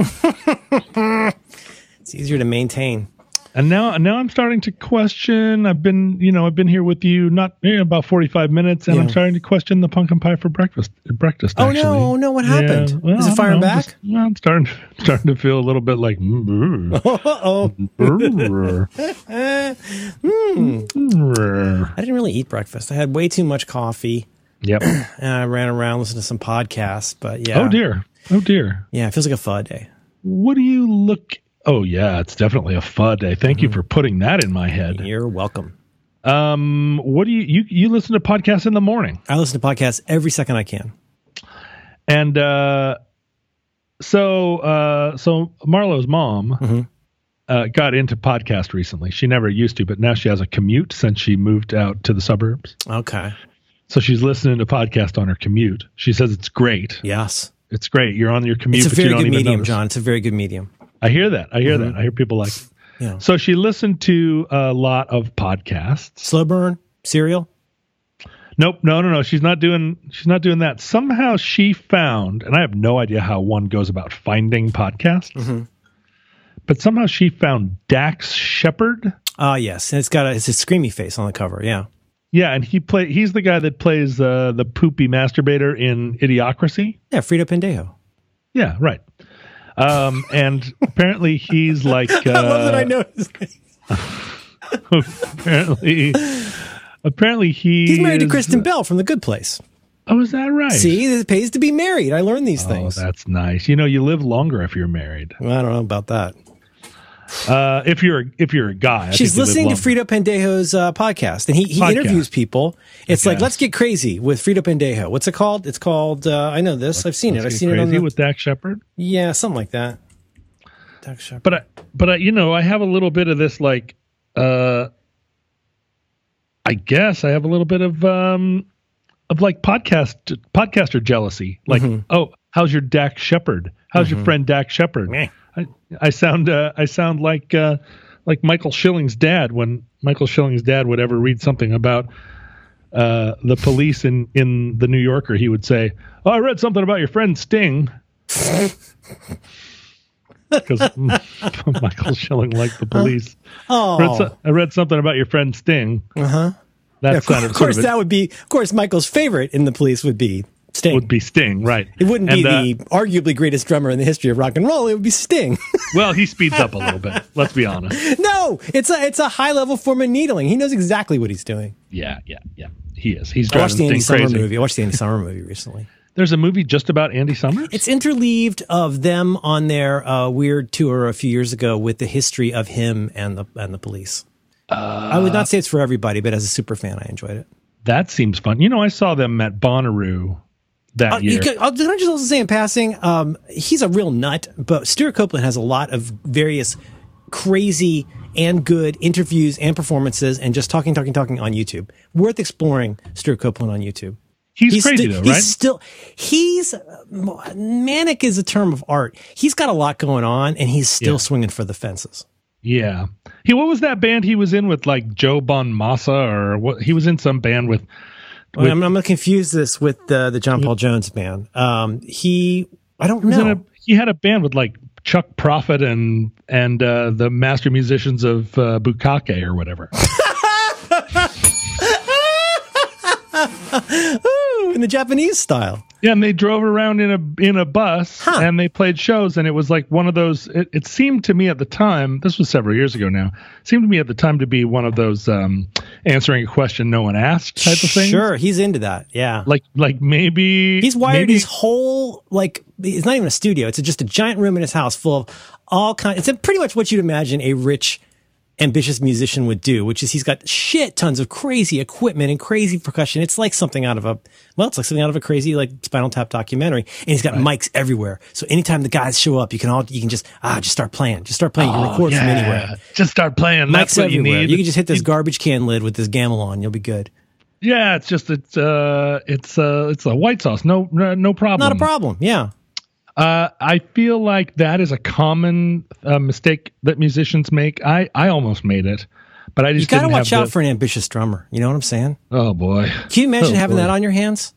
It's easier to maintain.
and now now I'm starting to question. I've been you know I've been here with you not you know, about 45 minutes, and I'm
Yeah.
starting to question the pumpkin pie for breakfast. Breakfast.
Oh, no.
actually.
Oh, no. What
Yeah.
happened?
Well,
Is
I
it
don't
firing
know. I'm
back?
just- well, I'm starting starting to feel a little bit like. "Mm,
oh.
brr, mm, brr."
I didn't really eat breakfast. I had way too much coffee.
mm. yep.
And I ran around listening to some podcasts, but yeah.
Oh dear. Oh dear.
Yeah, it feels like a pho day.
What do you look? Oh yeah, it's definitely a FUD day. Thank
Mm-hmm.
you for putting that in my head.
You're welcome.
Um, what do you you you listen to podcasts in the morning?
I listen to podcasts every second I can.
And uh, so uh, so Marlo's mom
Mm-hmm.
uh, got into podcast recently. She never used to, but now she has a commute since she moved out to the suburbs.
Okay.
So she's listening to podcast on her commute. She says it's great.
Yes.
It's great. You're on your commute.
It's a
but you
very
don't
good
even
medium,
notice.
John. It's a very good medium.
I hear that. I hear that. I hear people like. it.
Yeah.
So she listened to a lot of podcasts.
Slow burn, cereal.
Nope, no, no, no. She's not doing. She's not doing that. Somehow she found, and I have no idea how one goes about finding podcasts,
Mm-hmm.
but somehow she found Dax Shepard.
Ah, yes. And it's got a, it's a screamy face on the cover. Yeah.
Yeah, and he play. He's the guy that plays uh, the poopy masturbator in Idiocracy.
Yeah, Frito Pendejo.
Yeah, right. Um, and apparently he's like. Uh,
I love that I know his name.
Apparently, apparently he
He's married to
is-
Kristen Bell from The Good Place.
Oh, is that right?
See, it pays to be married. I learned these
Oh,
things.
that's nice. You know, you live longer if you're married.
Well, I don't know about that.
Uh, if you're if you're a guy, I
She's
think you live
listening to
longer.
Frito Pendejo's uh, podcast, and he, he
Podcast.
interviews people. It's like
Okay.
let's get crazy with Frito Pendejo. What's it called? It's called. Uh, I know this. I've seen it. I've
Get
seen it on
crazy
the,
with Dak Shepard.
yeah, something like that. Doc Shepard.
But I, but I, you know, I have a little bit of this like, uh, I guess I have a little bit of um, of like podcast podcaster jealousy. Like,
Mm-hmm.
oh, how's your Dak Shepard? How's your friend Dak Shepard?
Meh.
I, I sound uh, I sound like uh, like Michael Schilling's dad when Michael Schilling's dad would ever read something about uh, the police in in the New Yorker. He would say, "Oh, I read something about your friend Sting." Because Michael Schilling liked the police. I read,
oh, Uh-huh.
so- I read something about your friend Sting. Uh huh. That
of
sounded
course,
sort of,
that would be. Of course, Michael's favorite in the police would be Sting.
would be Sting, right?
it wouldn't be
And, uh,
the arguably greatest drummer in the history of rock and roll. It would be Sting.
well, he speeds up a little bit. Let's be honest.
no, it's a it's a high level form of needling. He knows exactly what he's doing.
Yeah, yeah, yeah. He is. He's
I watched the
driving
Andy
Sting
Summer
crazy.
movie. I watched the Andy Summer movie recently.
There's a movie just about Andy Summers.
It's interleaved of them on their uh, weird tour a few years ago with the history of him and the and the police. I would not say it's for everybody, but as a super fan, I enjoyed it.
that seems fun. You know, I saw them at Bonnaroo that
Uh, you
year.
could- uh, did I just also say in passing, um, he's a real nut, but Stuart Copeland has a lot of various crazy and good interviews and performances and just talking, talking, talking on YouTube. Worth exploring Stuart Copeland on YouTube.
he's, crazy
sti-
though, right?
He's still he's manic is a term of art. He's got a lot going on, and he's still
Yeah.
swinging for the fences.
yeah. He what was that band he was in with like Joe Bon Massa or what? He was in some band with.
Well, I'm, I'm gonna confuse this with the the John Paul Jones band. Um, he I don't
he was in
know.
a- he had a band with like Chuck Prophet and and uh, the master musicians of uh, Bukake or whatever.
Ooh, in the Japanese style.
yeah, and they drove around in a in a bus
Huh.
and they played shows, and it was like one of those. It, it seemed to me at the time, this was several years ago now, seemed to me at the time to be one of those um, answering a question no one asked type of thing.
Sure, he's into that. Yeah.
Like like maybe
He's wired
maybe-
his whole like it's not even a studio. It's just a giant room in his house full of all kind. It's pretty much what you'd imagine a rich, ambitious musician would do, which is he's got shit tons of crazy equipment and crazy percussion. It's like something out of a well, it's like something out of a crazy like Spinal Tap documentary. And he's got mics everywhere, so anytime the guys show up, you can all you can just ah just start playing, just start playing. You can record from
Oh, Yeah,
anywhere.
Just start playing. That's
Mics
what you
everywhere.
need.
You, can just hit this garbage can lid with this gamble on. You'll be good.
yeah, it's just it's uh it's uh it's a white sauce. No no, no problem.
Not a problem. Yeah.
Uh, I feel like that is a common uh, mistake that musicians make. I, I almost made it, but I just
You got to
didn't
watch
have
out for an ambitious drummer. You know what I'm saying?
the, Oh boy,
Can you imagine
Oh,
having
boy.
that on your hands?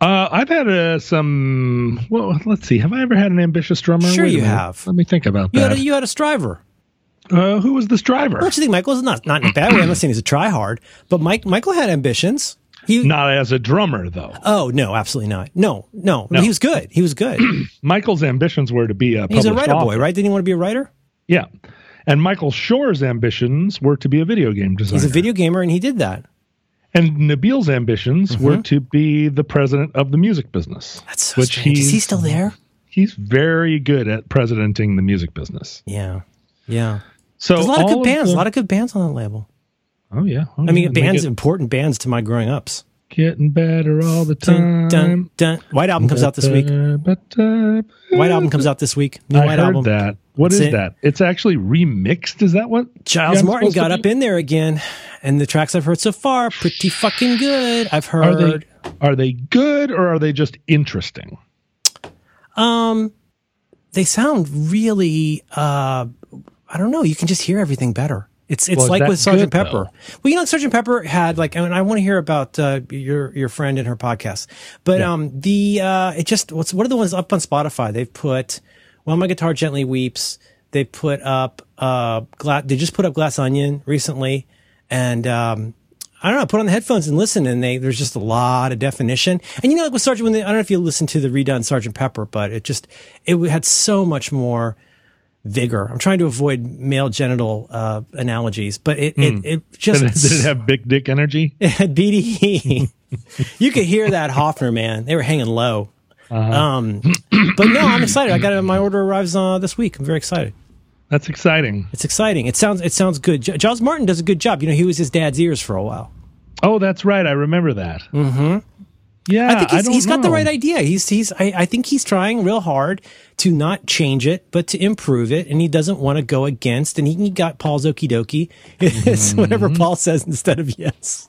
Uh, I've had uh, some. Well, let's see. Have I ever had an ambitious drummer?
Sure
Wait a
you
minute.
have.
Let me think about
You had,
that.
a, you had a striver.
uh, who was this driver?
Don't you think Michael's not not in a bad way? I'm not saying he's a tryhard, but Mike Michael had ambitions. He
Not as a drummer though.
oh no, absolutely not. No, no, he was good. He was good.
Michael's ambitions were to be a.
he's a
published
writer
author.
boy, right? Didn't he want to be a writer?
Yeah, and Michael Shore's ambitions were to be a video game designer.
He's a video gamer, and he did that.
And Nabil's ambitions
Mm-hmm.
were to be the president of the music business.
That's so strange. Is he still there?
he's very good at presidenting the music business.
Yeah, yeah.
So
There's a lot of
all
good bands.
the-
a lot of good bands on that label.
oh yeah. Oh,
I mean,
yeah. They
bands
get-
important bands to my growing ups.
getting better all the
Dun,
time.
dun, dun. White album comes out this week.
But, uh,
White album comes out this week. New
I
White
heard
album.
that. What is
That's it.
that? It's actually remixed. Is that what?
Giles
I'm
Martin
supposed to
got
be-
up in there again, and the tracks I've heard so far are pretty fucking good. I've
Are
heard.
they are they good or are they just interesting?
Um, they sound really. Uh, I don't know. You can just hear everything better. It's it's
Well, is
like
that
with Sergeant
good,
Pepper. Well, you know, Sergeant Pepper had like, I mean, I want to hear about uh, your your friend and her podcast, but um, the uh, it just what's what are the ones up on Spotify? They've put while my guitar gently weeps. They put up uh, gla- they just put up Glass Onion recently, and um, I don't know, put on the headphones and listen, and they there's just a lot of definition. And you know, like with Sergeant, when they, I don't know if you listened to the redone Sergeant Pepper, but it just it had so much more vigor. I'm trying to avoid male genital uh, analogies, but it it, it just
Did it, did it have big dick energy?
it had BDE. you could hear that Hoffner man; they were hanging low. Um, but no, I'm excited. I got it. My order arrives uh, this week. I'm very excited.
That's exciting.
It's exciting. It sounds it sounds good. J- Giles Martin does a good job. You know, he was his dad's ears for a while.
Oh, that's right. I remember that. Mm-hmm. Yeah,
I think he's,
don't
he's got the
know.
right idea. He's he's I, I think he's trying real hard to not change it, but to improve it, and he doesn't want to go against. And he, he got Paul's okie dokie. It's
Mm-hmm.
whatever Paul says instead of yes.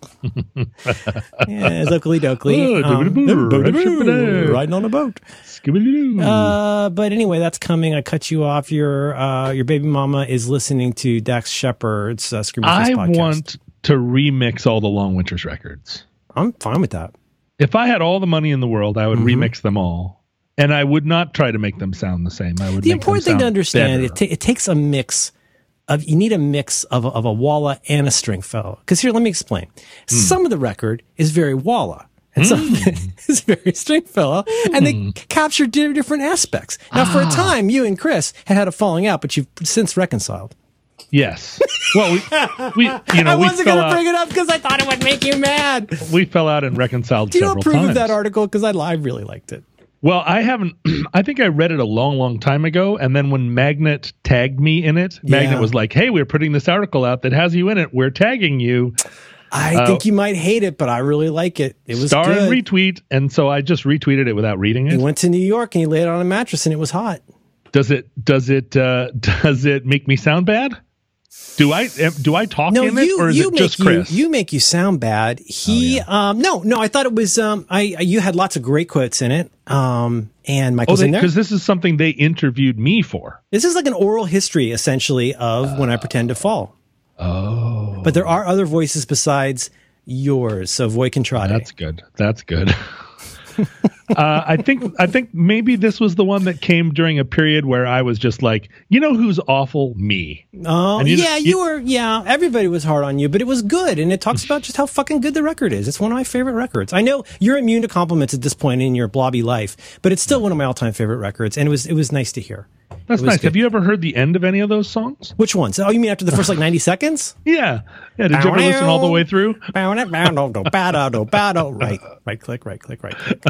yeah, it's oakley dokley.
Oh, doobity-boo,
Um, riding on a boat.
Scooby-Doo.
Uh, but anyway, that's coming. I cut you off. Your uh, your baby mama is listening to Dax Shepard's uh, Screaming
I
Fist podcast.
want to remix all the Long Winters records.
I'm fine with that.
If I had all the money in the world, I would
Mm-hmm.
remix them all, and I would not try to make them sound the same. I would.
the
make them
important thing to
sound
understand
better.
it, ta- it takes a mix of you need a mix of, of a walla and a string fellow because here let me explain
Hmm.
some of the record is very walla and some of it is very string fellow and they
Hmm.
c- capture di- different aspects now for
Ah.
a time you and chris had had a falling out but you've since reconciled
yes. Well, we, we you know
i
we
wasn't going
fell
to
out.
bring it up because i thought it would make you mad do
we fell out and reconciled
you
several
approve
times.
of that article because I, li- I really liked it
well, I haven't. I think I read it a long, long time ago, and then when Magnet tagged me in it,
Yeah.
Magnet was like, "Hey, we're putting this article out that has you in it. We're tagging you."
i
Oh.
think you might hate it but i really like it it was
star
good
and retweet and so i just retweeted it without reading
he
it
went to new york and he laid on a mattress and it was hot
does it does it uh does it make me sound bad do i am- do i talk in it or is it just
make
chris Oh,
You, you make you sound bad. He, um, no, no, I thought it was, um, I, I- you had lots of great quotes in it. Um, and
oh
Michael's in there.
because this is something they interviewed me for
This is like an oral history essentially of when I pretend to fall. Oh, but there are other voices besides yours. So Voy Contrade.
that's good that's good uh, I think I think maybe this was the one that came during a period where I was just like, you know who's awful? Me.
Oh,
you-
yeah, you,
you-
were. Yeah, everybody was hard on you, but it was good, and it talks about just how fucking good the record is. It's one of my favorite records. I know you're immune to compliments at this point in your blobby life, but it's still one of my all-time favorite records, and it was it was nice to hear.
That's
It was
nice.
good.
Have you ever heard the end of any of those songs?
Which ones? Oh, you mean after the first like ninety seconds?
Yeah. Yeah. Did you ever listen all the way through?
Bow, no, bow, no, no, bow, no, no, bow, no. Right, right click, right click, right click.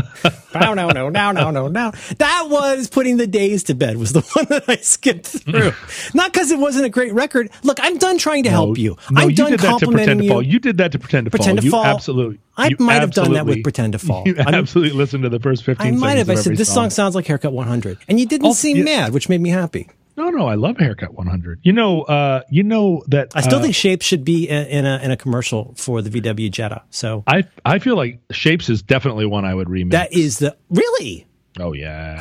Bow, no, no, no, no, no, no. That was putting the days to bed was the one that I skipped through. Not because it wasn't a great record. Look, I'm done trying to help you.
No,
I'm
you
done
did that to pretend
complimenting
to fall.
you.
You did that to pretend to
Pretend
fall.
to
you
Fall.
absolutely.
I
you
might have done that with
absolutely-
Pretend to Fall.
You
I'm-
absolutely listened to the first
I
fifteen.
might
seconds
have.
of
I said
every
this song sounds like Haircut 100, and you didn't
Oh,
seem
yeah.
mad, which made me happy.
No, no, I love haircut 100. You know, uh, you know that
I still
uh,
think Shapes should be in in a in a commercial for the VW Jetta. So
I I feel like Shapes is definitely one I would remix.
that is the really.
oh yeah.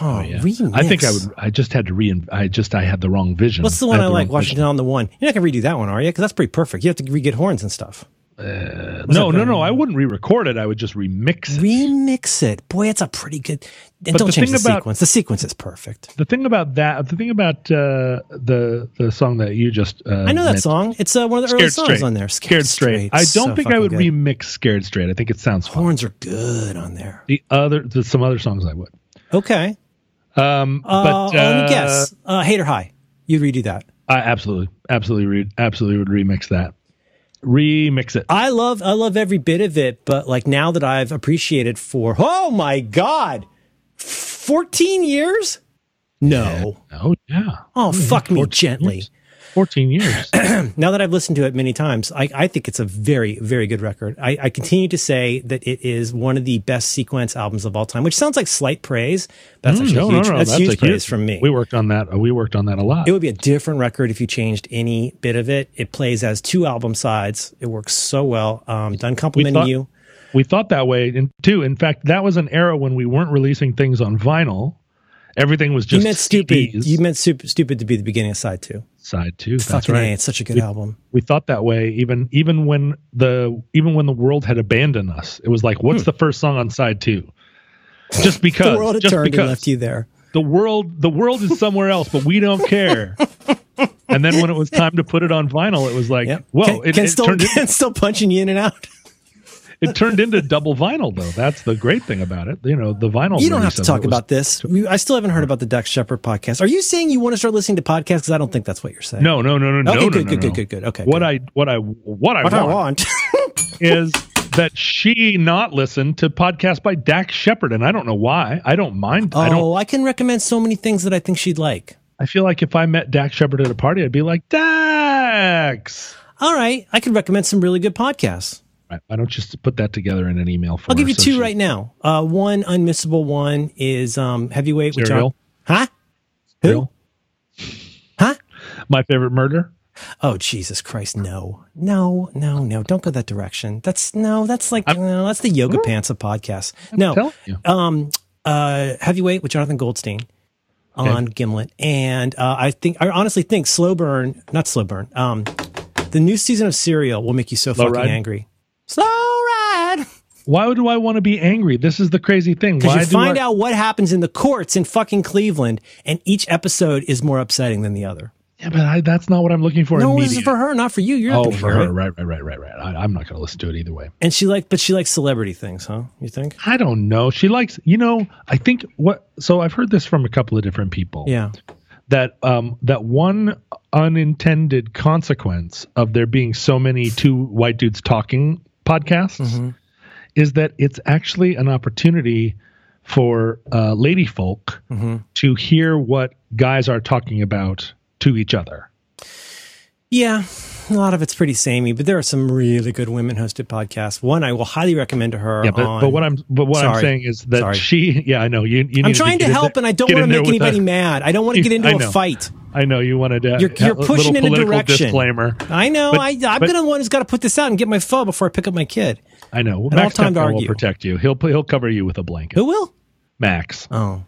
Oh,
yeah.
remix.
I think I would I just had to rein I just I had the wrong vision.
What's the one
had
I
the
like?
wrong
Washington on the one. You're not gonna redo that one, are you? Because that's pretty perfect. You have to re-get horns and stuff.
vision. No, no, no. I wouldn't re-record it. I would just remix it.
Remix it, boy. It's a pretty good. And don't
the
change the
thing about-
sequence. The sequence is perfect.
the thing about that, the thing about uh, the the song that you just uh,
I know that song. It's uh, one of the early songs on there.
Scared, straight. I don't
Straight's so
think I would
fucking good.
remix Scared Straight. I think it sounds fun.
Horns are good on there.
The other, there's some other songs I would.
Okay.
Um,
Uh,
but
let
uh,
me guess. Uh, Hater High. You'd redo that.
I absolutely, absolutely, re- absolutely would remix that. Remix it.
I love I love every bit of it, but like now that I've appreciated for oh my god, fourteen years? No.
oh yeah.
Oh fuck me
14
gently.
years. Fourteen years.
Now that I've listened to it many times, I, I think it's a very, very good record. I, I continue to say that it is one of the best sequence albums of all time, which sounds like slight praise. That's actually
Mm, no,
huge,
no, no.
that's
That's,
huge
a
praise
huge-
from me.
We worked on that. uh, We worked on that a lot.
it would be a different record if you changed any bit of it. It plays as two album sides. It works so well. Um, done complimenting
thought-
you.
we thought that way and too in fact that was an era when we weren't releasing things on vinyl everything was just
You meant stupid.
CDs.
You meant sup- stupid to be the beginning of side two.
side too that's
Fucking
right
A, it's such a good
we,
album.
we thought that way even even when the even when the world had abandoned us it was like what's the first song on side two just because
Hmm. The world had
just
turned
because
and left you there.
the world the world is somewhere else but we don't care and then when it was time to put it on vinyl it was like
Yep.
whoa
Ken,
it,
Ken's
it
still,
turned into,
Ken's still punching you in and out.
it turned into double vinyl though that's the great thing about it you know the vinyl
You don't have
release
to
of it
talk
was-
about this. We, I still haven't heard about the Dax Shepard podcast. Are you saying you want to start listening to podcasts? Because I don't think that's what you're saying.
No, no, no, no,
Okay,
no, no,
good,
no,
good,
no.
good, good, good. Okay,
What
good.
I, what I, what I
What I
want,
want.
is that she not listen to podcasts by Dax Shepard, and I don't know why. I don't mind. I don't.
oh, I can recommend so many things that I think she'd like.
I feel like if I met Dax Shepard at a party, I'd be like Dax.
All right, I could recommend some really good podcasts.
Right, why don't you just put that together in an email for?
I'll give you two
two
right now. Uh, one unmissable one is um, heavyweight with John.
Serial.
Huh? Who? Huh?
My favorite murder.
Oh Jesus Christ! No, no, no, no! Don't go that direction. That's no. That's like no. That's the yoga pants of podcasts. No.
Tell you.
Um. Uh. Heavyweight with Jonathan Goldstein on Gimlet, and uh, I think I honestly think Slow Burn, not Slow Burn. Um, the new season of Serial will make you so fucking
Ride?
angry. Slow ride.
Why do I want to be angry? This is the crazy thing. Why
Because you
do
find
I-
out what happens in the courts in fucking Cleveland, and each episode is more upsetting than the other.
Yeah, but I, that's not what I'm looking for.
No,
in
this is
media.
for her, not for you. You're not
Oh,
gonna
for
hear
her.
it.
Right, right, right, right, right. I, I'm not going to listen to it either way.
And she like, but she likes celebrity things, huh? You think?
I don't know. She likes, you know, I think what so I've heard this from a couple of different people
Yeah.
that um that one unintended consequence of there being so many two white dudes talking podcasts is that it's actually an opportunity for uh, lady folk to hear what guys are talking about to each other.
Yeah, a lot of it's pretty samey, but there are some really good women hosted podcasts. One I will highly recommend to her.
Yeah, but,
on,
but what I'm but what I'm
Sorry.
saying is that
Sorry.
she yeah I know you. you
I'm
needed
trying to
get in
help,
there-
and I don't
get
want to
in there
make
with
anybody
that.
mad. I don't want to get into
I
a
know.
fight.
I know you wanted to.
You're, you're
a little
pushing in a
political
direction.
Disclaimer.
I know.
But-
I, I'm
but-
gonna the one who's got to put this out and get my phone before I pick up my kid.
I know.
all
Max
time to
Tefka
argue.
will protect you. He'll he'll cover you with a blanket.
Who will?
Max.
Oh,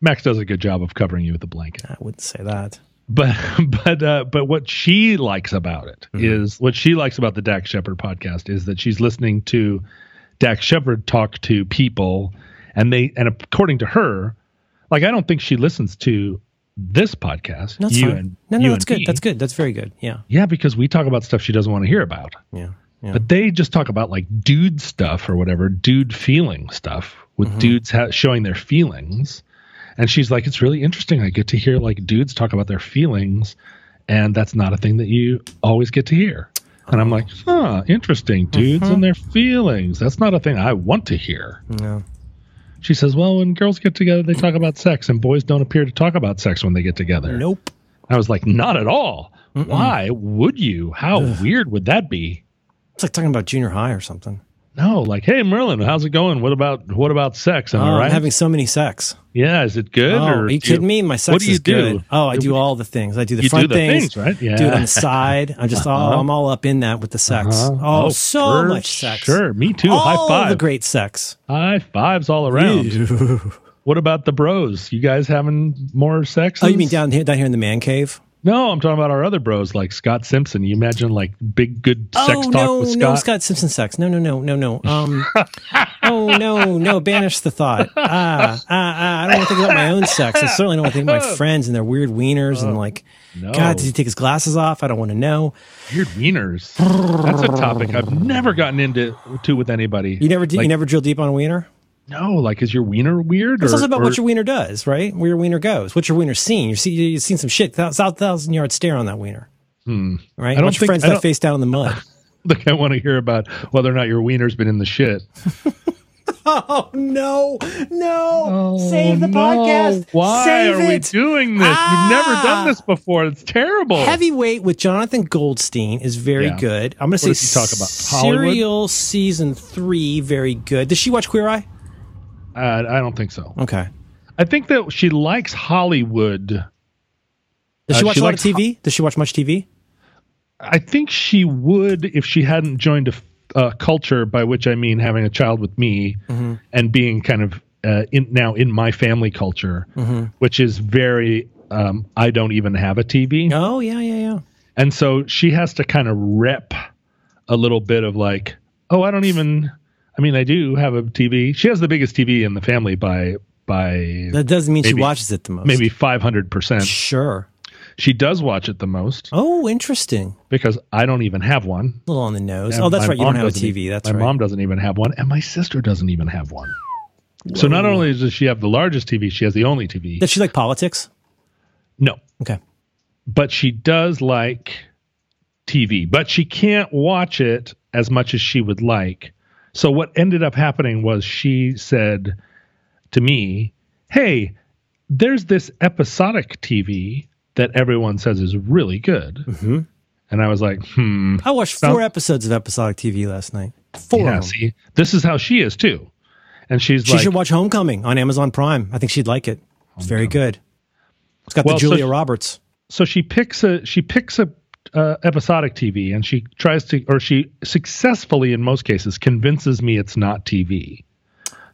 Max does a good job of covering you with a blanket.
I wouldn't say that.
But but uh, but what she likes about it is what she likes about the Dax Shepard podcast is that she's listening to Dax Shepard talk to people, and they and according to her, like I don't think she listens to this podcast.
No, that's
you
fine.
and-
no, no,
you
that's
and
good.
me.
That's good. That's very good. Yeah.
yeah, because we talk about stuff she doesn't want to hear about.
Yeah. Yeah.
But they just talk about like dude stuff or whatever, dude feeling stuff with dudes ha- showing their feelings. And she's like, it's really interesting. I get to hear like dudes talk about their feelings, and that's not a thing that you always get to hear. And I'm like, huh, interesting. Dudes and their feelings. That's not a thing I want to hear.
No.
She says, well, when girls get together, they talk about sex, and boys don't appear to talk about sex when they get together.
Nope.
I was like, not at all. Why would you? How weird would that be?
It's like talking about junior high or something.
No, like, hey Merlin, how's it going? What about what about sex? Am
Oh,
I
I'm
right?
having so many sex.
yeah, is it good?
Oh,
or
are
do
you kidding me? My sex
what do you
is good.
do?
Oh, I do all the things. I do the
You do
front
the
things,
things, right?
Do it on
Yeah.
the side. I'm just all I'm all up in that with the sex.
Uh-huh.
Oh, so
for
much sex.
Sure, me too.
All
High five.
the great sex.
High fives all around. What about the bros? You guys having more sex?
Oh, you mean down here down here in the man cave?
No, I'm talking about our other bros, like Scott Simpson. You imagine like big good sex
oh
talk
no,
with Scott.
no Scott Simpson sex. No, no, no, no, no. Um Oh no, no, banish the thought. Ah, ah, ah, I don't want to think about my own sex. I certainly don't want to think
Oh.
about my friends and their weird wieners and like
No.
God, did he take his glasses off? I don't want to know.
Weird wieners. That's a topic I've never gotten into to with anybody.
You never did,
Like,
you never drill deep on a wiener?
no, like is your wiener weird?
It's
or,
also about
or-
what your wiener does, right? Where your wiener goes, what your wiener's seen. You've seen, you've seen some shit, thousand, thousand yard stare on that wiener. Right?
don't
Watch your
think-
friends
Hmm. I
that
don't-
face down in the mud.
Like I want to hear about whether or not your wiener's been in the shit.
oh, no, Oh, no. Save the
no.
podcast.
Why
Save
are we
it.
doing this?
Ah!
We've never done this before. It's terrible.
Heavyweight with Jonathan Goldstein is very
Yeah.
good. I'm going to
did
say
you talk about? Hollywood?
Serial season three, very good. Does she watch Queer Eye?
Uh, I don't think so.
Okay.
I think that she likes Hollywood.
Does
Uh,
she watch
she
a lot of
likes-
TV? Does she watch much TV?
I think she would if she hadn't joined a f- uh, culture, by which I mean having a child with me and being kind of uh, in, now in my family culture, which is very. Um, I don't even have a TV.
Oh, yeah, yeah, yeah.
And so she has to kind of rep a little bit of like, oh, I don't even. I mean, I do have a TV. She has the biggest TV in the family by by
That doesn't mean she
Maybe-
watches it the most.
maybe five hundred percent.
Sure.
She does watch it the most
Oh, interesting.
because I don't even have one.
A little on the nose.
And
oh, that's
my
right. You
mom
don't have a
doesn't e-
TV. That's
my
right.
mom doesn't even have one, and my sister doesn't even have one. So not only does she have the largest TV, she has the only TV.
Does she like politics?
No,
Okay.
but she does like TV, but she can't watch it as much as she would like. So what ended up happening was she said to me, "Hey, there's this episodic TV that everyone says is really good." And I was like, "Hmm,
I watched four episodes of episodic TV last night. Four.
yeah,
of them.
see, this is how she is too." And she's
She
like,
should watch Homecoming on Amazon Prime. I think she'd like it. It's very good. It's got
Well,
the
so
Julia
she-
Roberts.
so she picks a she picks a uh, episodic TV and she tries to or she successfully in most cases convinces me it's not TV.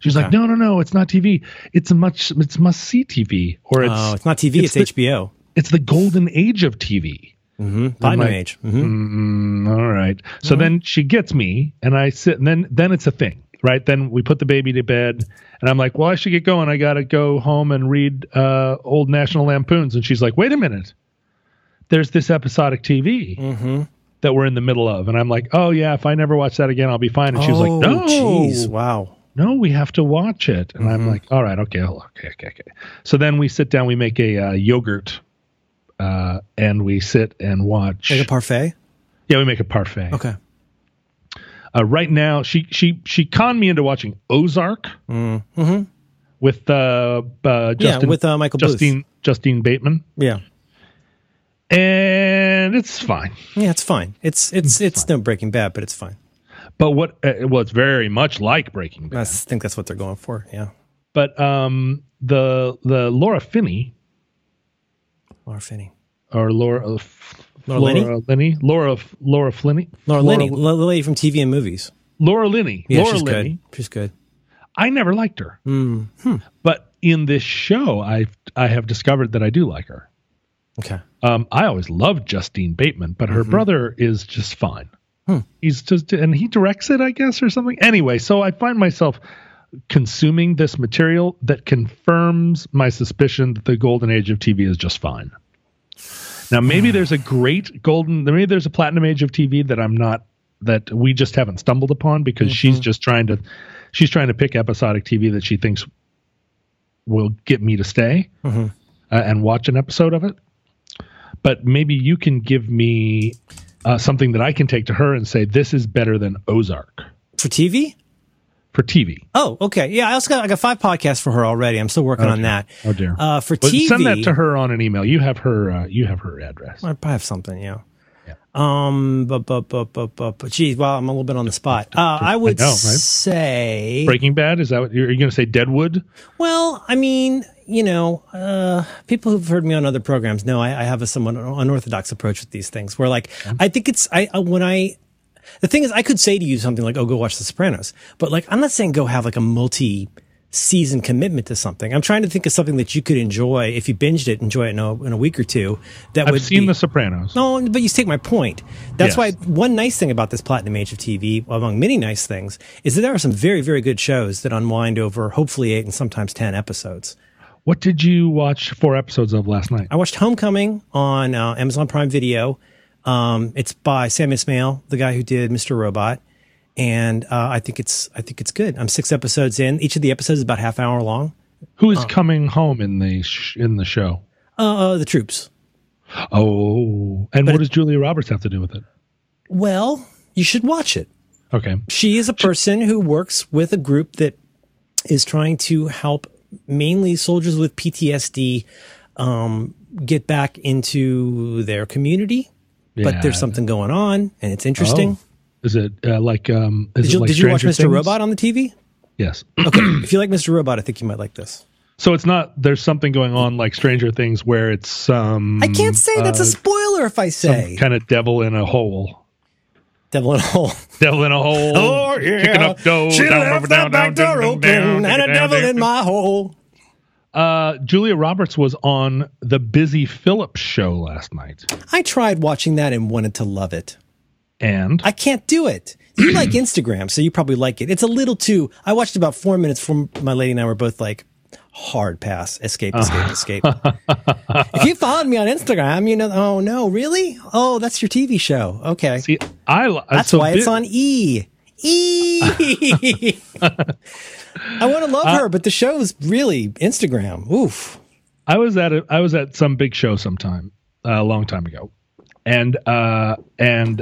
She's like, no, no, no, it's not TV. It's much it's must see TV or it's
Oh, it's not TV. It's,
it's the-
HBO.
it's the golden age of TV.
Platinum
like,
Age. hmm
Mm, all right. So then she gets me, and I sit, and then then it's a thing, right? Then we put the baby to bed, and I'm like, "Well, I should get going. I gotta go home and read uh, old National Lampoons." And she's like, "Wait a minute. There's this episodic TV
Mm-hmm.
that we're in the middle of," and I'm like, "Oh yeah, if I never watch that again, I'll be fine." And she was like, "No,
Oh, jeez. Mm-hmm. Wow.
no, we have to watch it. And I'm like, all right, okay, hold on, okay, okay, okay. So then we sit down, we make a uh, yogurt, uh, and we sit and watch.
Like a parfait?
yeah, we make a parfait.
Okay.
Uh, right now, she she she conned me into watching Ozark with uh, uh, Justin,
Mm-hmm. with, uh, Michael Bluth.
Justine Justine Bateman,
Yeah.
and it's fine.
Yeah, it's fine. It's
Mm-hmm.
it's it's no Breaking Bad, but it's fine.
But what? Uh, well, it's very much like Breaking Bad.
I s- think that's what they're going for. Yeah.
But um, the the Laura Finney
Laura Finney.
or Laura uh, F-
Laura
Laura Linney, Laura F- Laura Flinney,
Laura Linney, the lady from TV and movies.
Laura Linney,
Yeah,
Laura
she's
Linney.
good. She's good.
I never liked her,
Mm-hmm.
but in this show, I I have discovered that I do like her.
Okay.
Um, I always loved Justine Bateman, but her brother is just fine. He's just and he directs it, I guess, or something. Anyway, so I find myself consuming this material that confirms my suspicion that the golden age of TV is just fine. Now maybe there's a great golden maybe there's a platinum age of TV that I'm not that we just haven't stumbled upon because she's just trying to she's trying to pick episodic TV that she thinks will get me to stay uh, and watch an episode of it. But maybe you can give me uh, something that I can take to her and say this is better than Ozark
for TV.
for TV.
Oh, okay. Yeah, I also got I got five podcasts for her already. I'm still working on that.
Oh dear.
Uh, for
But
TV,
send that to her on an email. You have her. Uh, you have her address.
I probably have something. Yeah. Um. But but but but but. but geez, wow, I'm a little bit on the spot. Uh, I would
I know, right?
say.
Breaking Bad is that what you're, going to say? Deadwood.
Well, I mean, you know, uh, people who've heard me on other programs know I, I have a somewhat unorthodox approach with these things. Where like,
Mm-hmm.
I think it's I uh, when I. The thing is, I could say to you something like, "Oh, go watch The Sopranos," but like, I'm not saying go have like a multi season commitment to something. I'm trying to think of something that you could enjoy if you binged it, enjoy it in a, in a week or two. That
I've
would
seen
be,
The Sopranos.
no, but you take my point. That's
Yes.
why one nice thing about this platinum age of TV, among many nice things, is that there are some very, very good shows that unwind over hopefully eight and sometimes ten episodes.
What did you watch four episodes of last night?
I watched Homecoming on uh, Amazon Prime Video. Um, it's by Sam Ismail, the guy who did Mr. Robot, and uh, I think it's I think it's good. I'm six episodes in. Each of the episodes is about half hour long.
Who is coming home in the sh- in the show?
Uh, uh, the troops.
Oh, and what does Julia Roberts have to do with it?
Well, you should watch it.
Okay,
she is a person who works with a group that is trying to help mainly soldiers with PTSD um, get back into their community. But
Yeah.
there's something going on, and it's interesting.
Oh. Is it uh, like um? Is
Did,
it
you,
like
did you watch
Stranger
Mr.
Things?
Robot on the TV?
Yes.
Okay, if you like Mr. Robot, I think you might like this.
So it's not there's something going on like Stranger Things where it's um
I can't say that's a spoiler if I say
kind of devil in a hole.
Devil in a Hole.
Devil in a hole.
Oh,
Kicking up dough.
She
down,
left
over,
that
down,
back
down,
door
down,
open,
down,
and a
down,
devil
down.
in my hole.
Uh, Julia Roberts was on the Busy Phillips show last night,
I tried watching that and wanted to love it.
and
I can't do it. You like Instagram, so you probably like it. It's a little too. I watched about four minutes from my lady and I were both like, hard pass, escape, escape, escape. if you followed me on Instagram, you know, oh no, really? Oh, that's your TV show. Okay.
see, I li-
that's
so
why
thi-
it's on E. E. I want to
Uh,
love her, but the show's really Instagram. Oof.
I was at a, I was at some big show sometime uh, a long time ago, and uh, and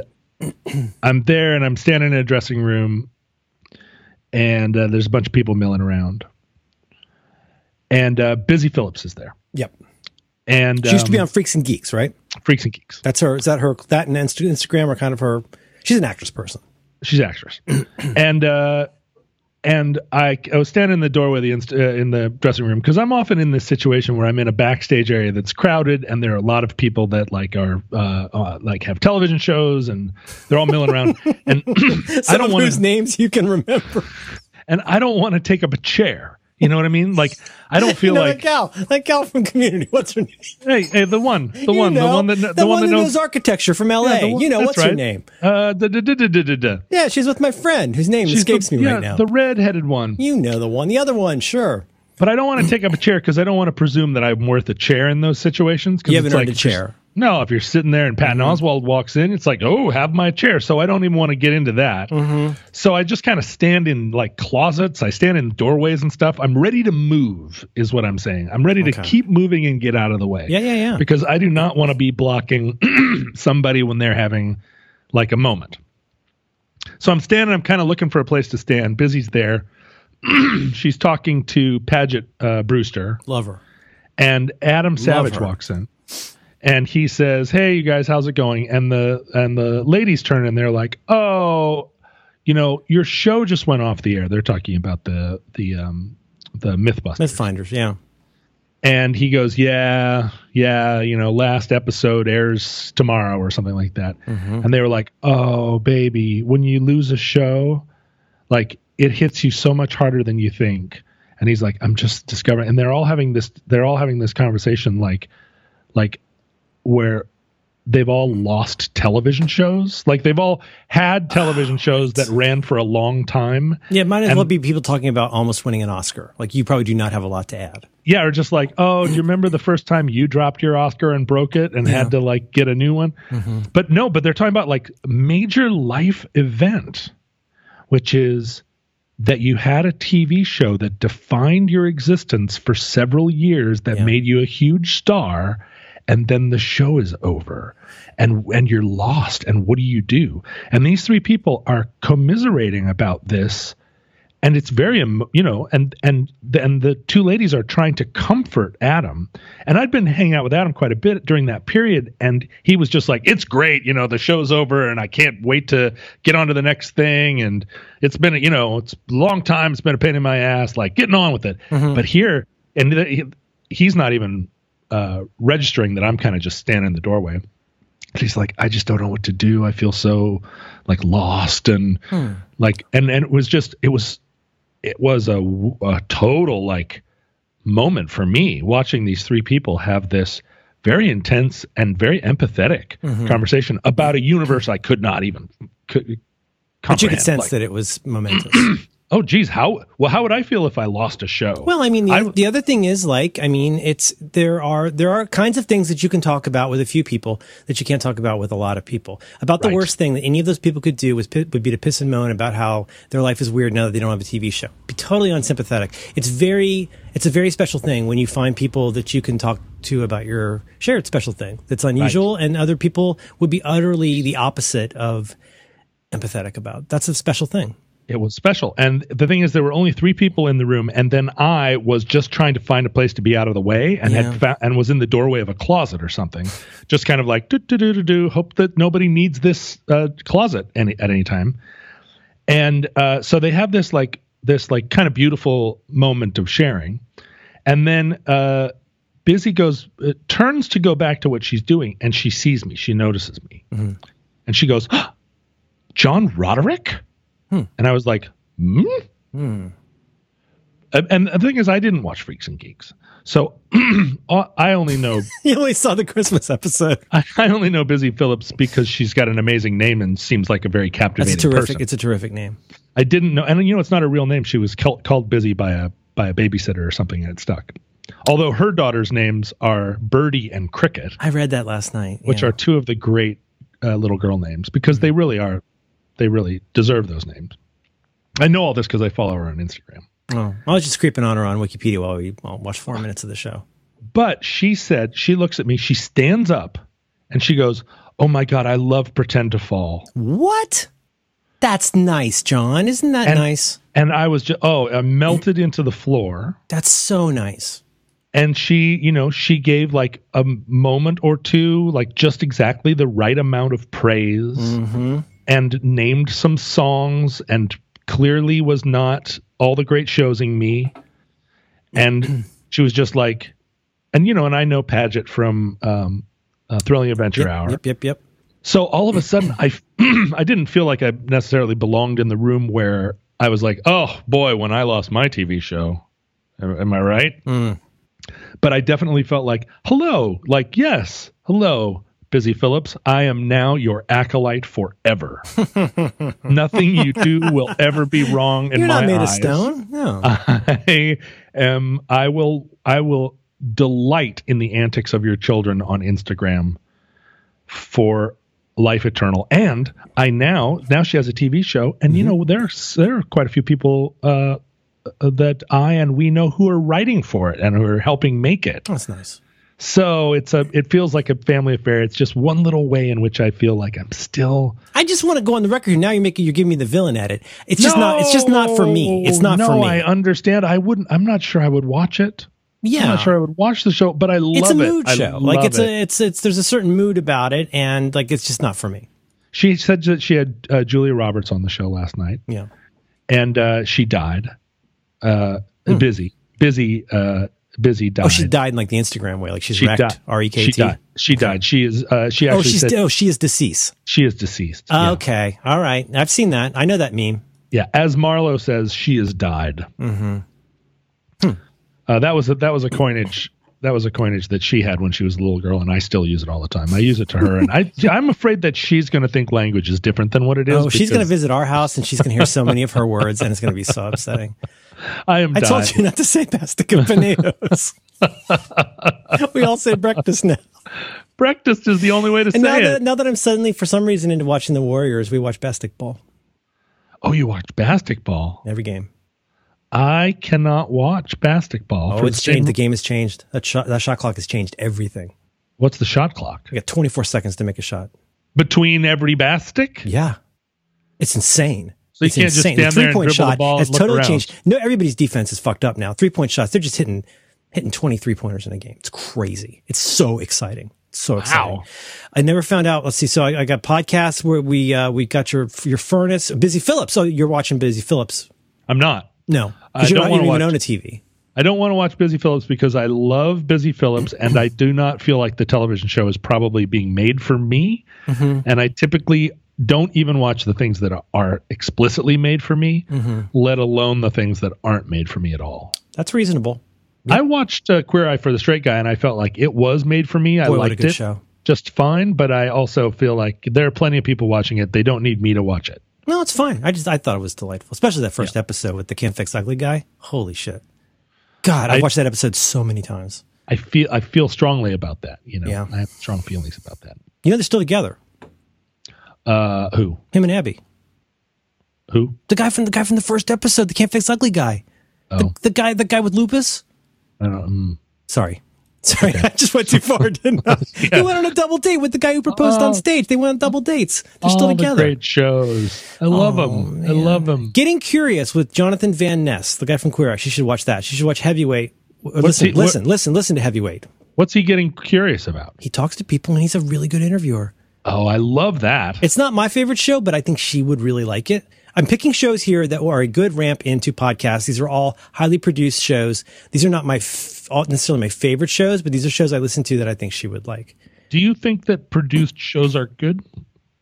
I'm there and I'm standing in a dressing room, and uh, there's a bunch of people milling around, and uh, Busy Phillips is there,
Yep.
and
She used to be
um,
on Freaks and Geeks, right?
Freaks and Geeks.
That's her. Is that her? That and Inst- Instagram are kind of her. She's an actress person.
she's an actress and uh and I, I was standing in the doorway of the inst- uh, in the dressing room because I'm often in this situation where I'm in a backstage area that's crowded and there are a lot of people that like are uh, uh, like have television shows and they're all milling around and I
Some
don't
of
want
whose
to
names you can remember.
and I don't want to take up a chair. You know what I mean? Like I don't feel
you know,
like
that gal, that gal from Community. What's her name?
hey, hey the one the
You
one the
know,
one that kn-
the, one that knows, architecture from L.A.
yeah, the one-
you know
that's
what's her
right.
name?
Uh, da, da, da, da, da, da, da.
Yeah, she's with my friend whose name
She's
escapes
the,
me
yeah,
right now.
The red-headed one.
you know the one. The other one, sure.
But I don't want to take up a chair because I don't want to presume that I'm worth a chair in those situations. 'cause
You
it's
haven't earned
like-
a chair. Mm-hmm.
No, if you're sitting there and Patton Oswald walks in, it's like, oh, have my chair. So I don't even want to get into that.
Mm-hmm.
So I just kind of stand in like closets. I stand in doorways and stuff. I'm ready to move, is what I'm saying. I'm ready to keep moving and get out of the way.
Yeah, yeah, yeah.
Because I do not want to be blocking somebody when they're having like a moment. So I'm standing. I'm kind of looking for a place to stand. Busy's there. She's talking to Paget uh, Brewster,
Lover.
and Adam Savage
her.
walks in, and he says, "Hey, you guys, how's it going?" And the and the ladies turn and they're like, "Oh, you know, your show just went off the air." They're talking about the the um the Mythbusters.
Mythfinders. Yeah.
And he goes, Yeah, yeah, you know, last episode airs tomorrow or something like that. And they were like, Oh, baby, when you lose a show, like it hits you so much harder than you think. And he's like, I'm just discovering and they're all having this they're all having this conversation like like where they've all lost television shows. Like they've all had television shows that ran for a long time.
Yeah, it might as well be people talking about almost winning an Oscar. Like you probably do not have a lot to add.
Yeah, or just like, oh, do you remember the first time you dropped your Oscar and broke it and had to like get a new one? But no, but they're talking about like major life event, which is that you had a TV show that defined your existence for several years that made you a huge star and then the show is over and and you're lost and what do you do? And these three people are commiserating about this and it's very em- you know and and the- and the two ladies are trying to comfort adam and i'd been hanging out with adam quite a bit during that period and he was just like it's great you know the show's over and i can't wait to get on to the next thing and it's been a- you know it's a long time it's been a pain in my ass like getting on with it but here and th- he- he's not even uh, registering that i'm kind of just standing in the doorway and he's like i just don't know what to do i feel so like lost and
Hmm.
like and and it was just it was it was a, w- a total like moment for me watching these three people have this very intense and very empathetic conversation about a universe I could not even could
Mm-hmm. But you
comprehend.
could sense
Like,
that it was momentous.
oh, geez, how well how would I feel if I lost a show?
well, I mean, the,
I-
the other thing is like, I mean, it's there are there are kinds of things that you can talk about with a few people that you can't talk about with a lot of people. About the
Right.
worst thing that any of those people could do was pi- would be to piss and moan about how their life is weird now that they don't have a TV show. Be totally unsympathetic. It's very it's a very special thing when you find people that you can talk to about your shared special thing that's unusual, and other people would be utterly the opposite of empathetic about. That's a special thing.
it was special, and the thing is, there were only three people in the room, and then I was just trying to find a place to be out of the way, and
Yeah.
had found, and was in the doorway of a closet or something, just kind of like do do do do do. Hope that nobody needs this uh, closet any at any time. and uh, so they have this like this like kind of beautiful moment of sharing and then uh, busy goes uh, turns to go back to what she's doing and she sees me she notices me and she goes "Ah, john roderick and i was like hmm? And- and the thing is i didn't watch freaks and geeks so uh, i only know
You only saw the Christmas episode.
I only know busy phillips because she's got an amazing name and seems like a very
That's
captivating
a terrific.
person
It's a terrific name.
I didn't know, and you know, it's not a real name. She was called, called busy by a by a babysitter or something, and it stuck. Although her daughter's names are Birdie and Cricket,
I read that last night.
which are two of the great uh, little girl names, because
Hmm.
they really are, they really deserve those names. I know all this because I follow her on Instagram.
Oh, I was just creeping on her on Wikipedia while we well, watched four minutes of the show.
But she said she looks at me, she stands up, and she goes, "Oh my god, I love Pretend to Fall."
What? That's nice, John. Isn't that
And-
nice?
And I was just, oh, I melted into the floor.
That's so nice.
and she you know she gave like a m- moment or two like just exactly the right amount of praise
Mm-hmm.
and named some songs and clearly was not all the great showsing me and she was just like and you know and i know paget from um uh, thrilling adventure hour
Yep, yep, yep.
so all of a sudden, I I didn't feel like I necessarily belonged in the room where I was like, oh boy, when I lost my TV show, am, am I right?
Hmm.
But I definitely felt like, hello, like yes, hello, Busy Phillips, I am now your acolyte forever. Nothing you do will ever be wrong in
You're
my
not made
eyes. Uh.
of stone. No.
I am. I will. I will delight in the antics of your children on Instagram for life eternal. And I now now she has a TV show, and
Mm-hmm.
you know there's there are quite a few people uh, uh, that I and we know who are writing for it and who are helping make it.
That's nice.
So it's a it feels like a family affair. It's just one little way in which I feel like I'm still.
I just want to go on the record. here. Now you're making you're giving me the villain at it. It's just not it's just not for me. It's not
no,
for me.
I understand. I wouldn't. I'm not sure I would watch it.
yeah.
I'm not sure I would watch the show, but I love
it's a
it.
mood
I
show.
love
Like it's
it.
a it's it's there's a certain mood about it and like it's just not for me.
She said that she had uh, Julia Roberts on the show last night,
Yeah.
and uh, she died. Uh, Busy, busy, uh, busy died.
Hmm. Oh, she died in like the Instagram way. Like she's
She
wrecked.
died.
R E K
She
T.
died. She died. She is. Uh, she actually
Oh, she's
said
oh she is deceased.
she is deceased.
Uh,
yeah.
Okay. All right. I've seen that. I know that meme.
Yeah, as Marlowe Hmm. says, she has died. Mm-hmm. Uh, that was a, that was a coinage. that was a coinage that she had when she was a little girl, and I still use it all the time. I use it to her, and I I'm afraid that she's going to think language is different than what it is.
Oh, she's going to
because
visit our house and she's going to hear so many of her words, and it's going to be so upsetting.
I am.
I
dying.
told you not to say pasta campaneros. we all say breakfast now.
Breakfast is the only way to
And now
say
that,
it.
now that I'm suddenly, for some reason, into watching the Warriors, we watch basketball
Oh, you watch basketball?
every game.
I cannot watch basketball.
Oh,
for
it's
the same-
changed. The game has changed. That shot, that shot clock has changed everything.
What's the shot clock
You got 24 seconds to make a shot.
between every bastic?
Yeah. It's insane.
So you
it's
can't just
insane.
stand
the
there
three
and
point
dribble the
shot
ball and
has
look
totally
around.
changed. No, everybody's defense is fucked up now. Three point shots, they're just hitting hitting 23 pointers in a game. It's crazy. It's so exciting. It's so exciting. I never found out. Let's see. So I, I got podcasts where we uh, we got your your furnace. Busy Phillips. Oh, you're watching Busy Phillips.
I'm not.
No.
I
Because you
don't
don't
wanna
even
watch
own a TV.
I don't want to watch Busy Phillips because I love Busy Phillips and I do not feel like the television show is probably being made for me.
Mm-hmm.
And I typically don't even watch the things that are explicitly made for me,
Mm-hmm.
let alone the things that aren't made for me at all.
That's reasonable.
I watched uh, Queer Eye for the Straight Guy and I felt like it was made for me. I
Boy, what a
liked
good
it
show.
just fine, but I also feel like there are plenty of people watching it. They don't need me to watch it.
No, it's fine. I just I thought it was delightful, especially that first episode with the can't fix ugly guy. Holy shit! God, I,
I-
watched that episode so many times.
I feel I feel strongly about that. You know,
Yeah.
I have strong feelings about that.
You know they're still together.
Uh, who?
Him and Abby,
Who?
the guy from the guy from the first episode, the can't fix ugly guy,
Oh,
the guy, the guy with lupus.
I don't. mm.
Sorry, sorry, I just went too far. Didn't I? He went on a double date with the guy who proposed on stage. They went on double dates. They're still
All
together.
Oh.
Oh,
The great shows. I love them. I love them.
Getting curious with Jonathan Van Ness, the guy from Queer Eye. She should watch that. She should watch Heavyweight. Uh, Listen,
he- what-
listen, listen, listen to Heavyweight.
What's he getting curious about?
He talks to people and he's a really good interviewer.
Oh, I love that.
It's not my favorite show, but I think she would really like it. I'm picking shows here that are a good ramp into podcasts. These are all highly produced shows. These are not my f- all necessarily my favorite shows, but these are shows I listen to that I think she would like.
Do you think that produced shows are good?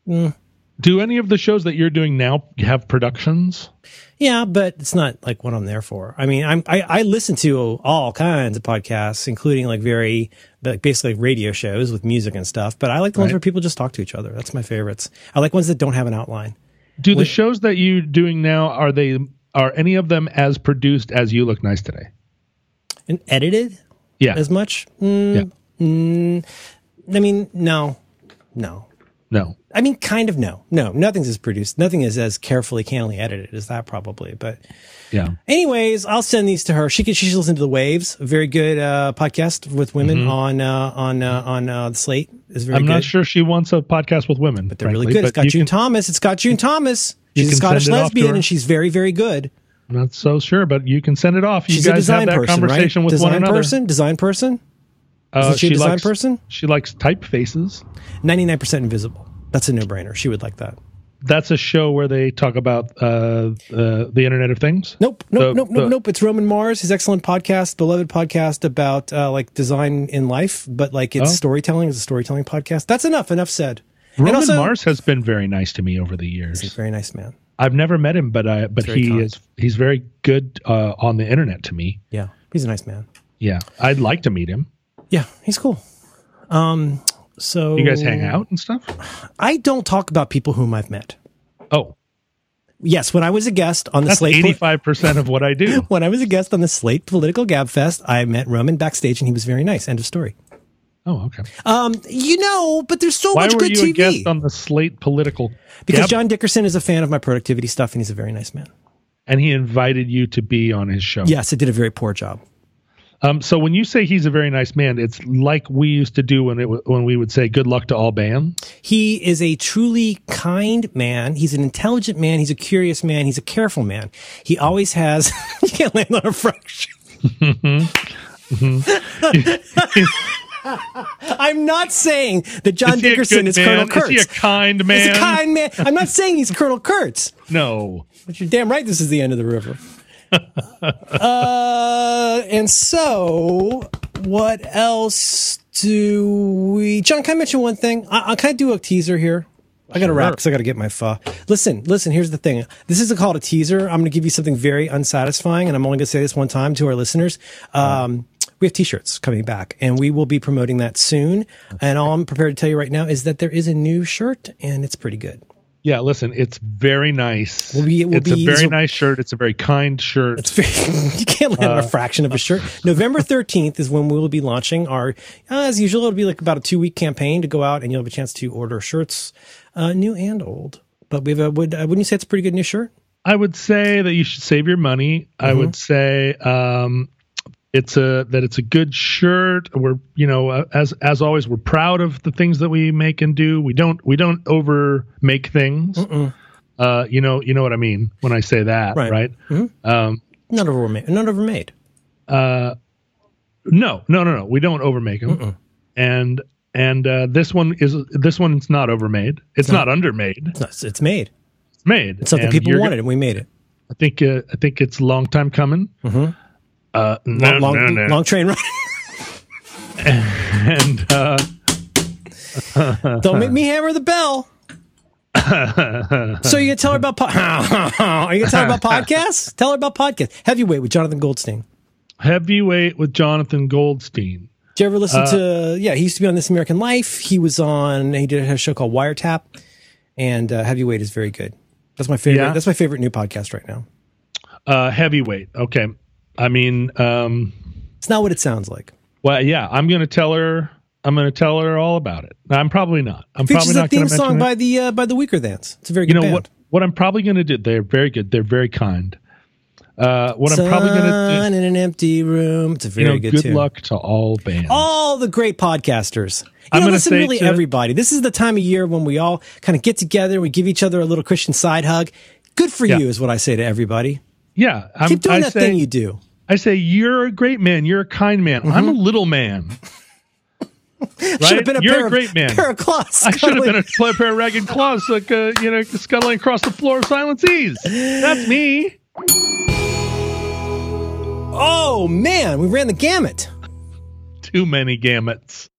Mm.
Do any of the shows that you're doing now have productions?
Yeah, but it's not like what I'm there for. I mean, I'm, I, I listen to all kinds of podcasts, including like very, like basically radio shows with music and stuff. But I like the ones
Right.
where people just talk to each other. That's my favorites. I like ones that don't have an outline.
Do the shows that you're doing now are they are any of them as produced as You Look Nice Today?
And edited
Yeah.
as much? Mm,
yeah.
I mean, no, no.
No.
I mean, kind of no, no, nothing's as produced. Nothing is as carefully, cannily edited as that probably. But
Yeah.
anyways, I'll send these to her. She can, she should listen to the waves. A very good, uh, podcast with women on, uh, on, uh, on, uh, the slate is very
Mm-hmm. I'm
good.
not sure she wants a podcast with women. But
They're really good. It's got
you
June
can-
Thomas. It's got June Thomas. She's a
can
Scottish
send it off to
lesbian
her.
and she's very, very good.
I'm not so sure, but you can send it off. You
She's a
guys have
design
that
person, right?
conversation with
design
one another.
person, design person,
Uh,
Isn't she a design
likes,
person?
She likes typefaces.
99% invisible. That's a no brainer. She would like that.
that's a show where they talk about uh, uh, the Internet of Things.
Nope, nope,
The-
nope,
the-
nope, nope. It's Roman Mars, his excellent podcast, beloved podcast about uh, like design in life, but like it's
Oh.
storytelling is a storytelling podcast. That's enough. Enough said.
Roman
and also,
Mars has been very nice to me over the
he's a
years.
very nice man.
I've never met him, but I but
very
he
kind.
is he's very good uh, on the internet to me.
Yeah, he's a nice man.
Yeah, I'd like to meet him.
Yeah, he's cool. Um, so
You guys hang out and stuff.
I don't talk about people whom I've met.
Oh,
Yes, when I was a guest on the
that's
Slate.
eighty five percent of what I do.
when I was a guest on the Slate Political Gab Fest, I met Roman backstage and he was very nice. End of story.
Oh, okay.
Um, you know, but there's so
Why
much
were
good
you
TV.
a guest on the Slate Political?
because
Gab-
John Dickerson is a fan of my productivity stuff and he's a very nice man.
and he invited you to be on his show.
Yes, it did a very poor job.
Um. So when you say he's a very nice man, it's like we used to do when it w- when we would say good luck to all bands.
He is a truly kind man. He's an intelligent man. He's a curious man. He's a careful man. He always has. you can't land on a fraction. I'm not saying that John
he a
Dickerson
good
is Colonel
man?
Kurtz.
Is he a kind man?
He's a kind man. I'm not saying he's Colonel Kurtz,
No.
but you're damn right this is the end of the river. uh, and so, what else do we. John, can I mention one thing? I, I can I do a teaser here? I got to wrap because I got to get my pho. Listen, listen, here's the thing. This isn't called a teaser. I'm going to give you something very unsatisfying, and I'm only going to say this one time to our listeners. Um, we have t-shirts coming back and we will be promoting that soon. And all I'm prepared to tell you right now is that there is a new shirt and it's pretty good.
Yeah, listen, it's very nice.
We'll be- we'll
it's
be-
a very
so-
nice shirt. It's a very kind shirt.
It's very, you can't land on
Uh.
a fraction of a shirt. November 13th is when we will be launching our, uh, as usual, it'll be like about a two week campaign to go out and you'll have a chance to order shirts, uh, new and old. But we have a, would, uh, wouldn't you say it's a pretty good new shirt?
I would say that you should save your money.
Mm-hmm.
I would say um, it's a that it's a good shirt. We're you know uh, as as always we're proud of the things that we make and do. We don't we don't over make things. Uh, you know you know what I mean when I say that
Right. Mm-hmm.
right.
None of them were made. None of them were made.
No no no no we don't overmake them. And and uh, this one is this one's not overmade. It's not undermade.
It's, not, it's made.
It's made.
It's something
And
people
you're
wanted and we made it.
I think uh, I think it's a long time coming. Uh, no,
Mm-hmm. Long, long,
no, no.
long train ride.
and uh,
Don't make me hammer the bell. so you gonna tell her about po- are you gonna tell her about podcasts? Tell her about podcasts. Heavyweight with Jonathan Goldstein.
heavyweight with Jonathan Goldstein.
Did you ever
Uh,
listen to? Yeah, he used to be on This American Life. He was on. He did a show called Wiretap, and uh, Heavyweight is very good. That's my favorite.
Yeah.
That's my favorite new podcast right now.
Uh, heavyweight. Okay. I mean, um,
It's not what it sounds like.
well, yeah. I'm gonna tell her. I'm gonna tell her all about it. I'm probably not. I'm
Features
probably
a
not gonna
theme
mention
song
it.
by the uh, by the Weaker Dance. It's a very good
you know
band.
what? What I'm probably gonna do. They're very good. They're very kind. Uh, what I'm probably gonna
Sun
do.
in an empty room. It's a very
You know,
good.
good,
tune.
luck to all bands.
all the great podcasters. You
I'm
know,
gonna
listen,
say
really
to-
everybody. This is the time of year when we all kind of get together. We give each other a little Christian side hug. Good for
Yeah.
you is what I say to everybody.
yeah, I'm,
Keep doing
I
that
say,
thing you do.
I say you're a great man. You're a kind man. I'm a little man.
Should
Right?
have Mm-hmm. been a
You're
pair
a great
of,
man.
Pair of claws.
I should have been a pl- pair of ragged claws, like uh, you know, scuttling across the floor of Silent Seas. That's me.
oh man, we ran the gamut.
Too many gamuts.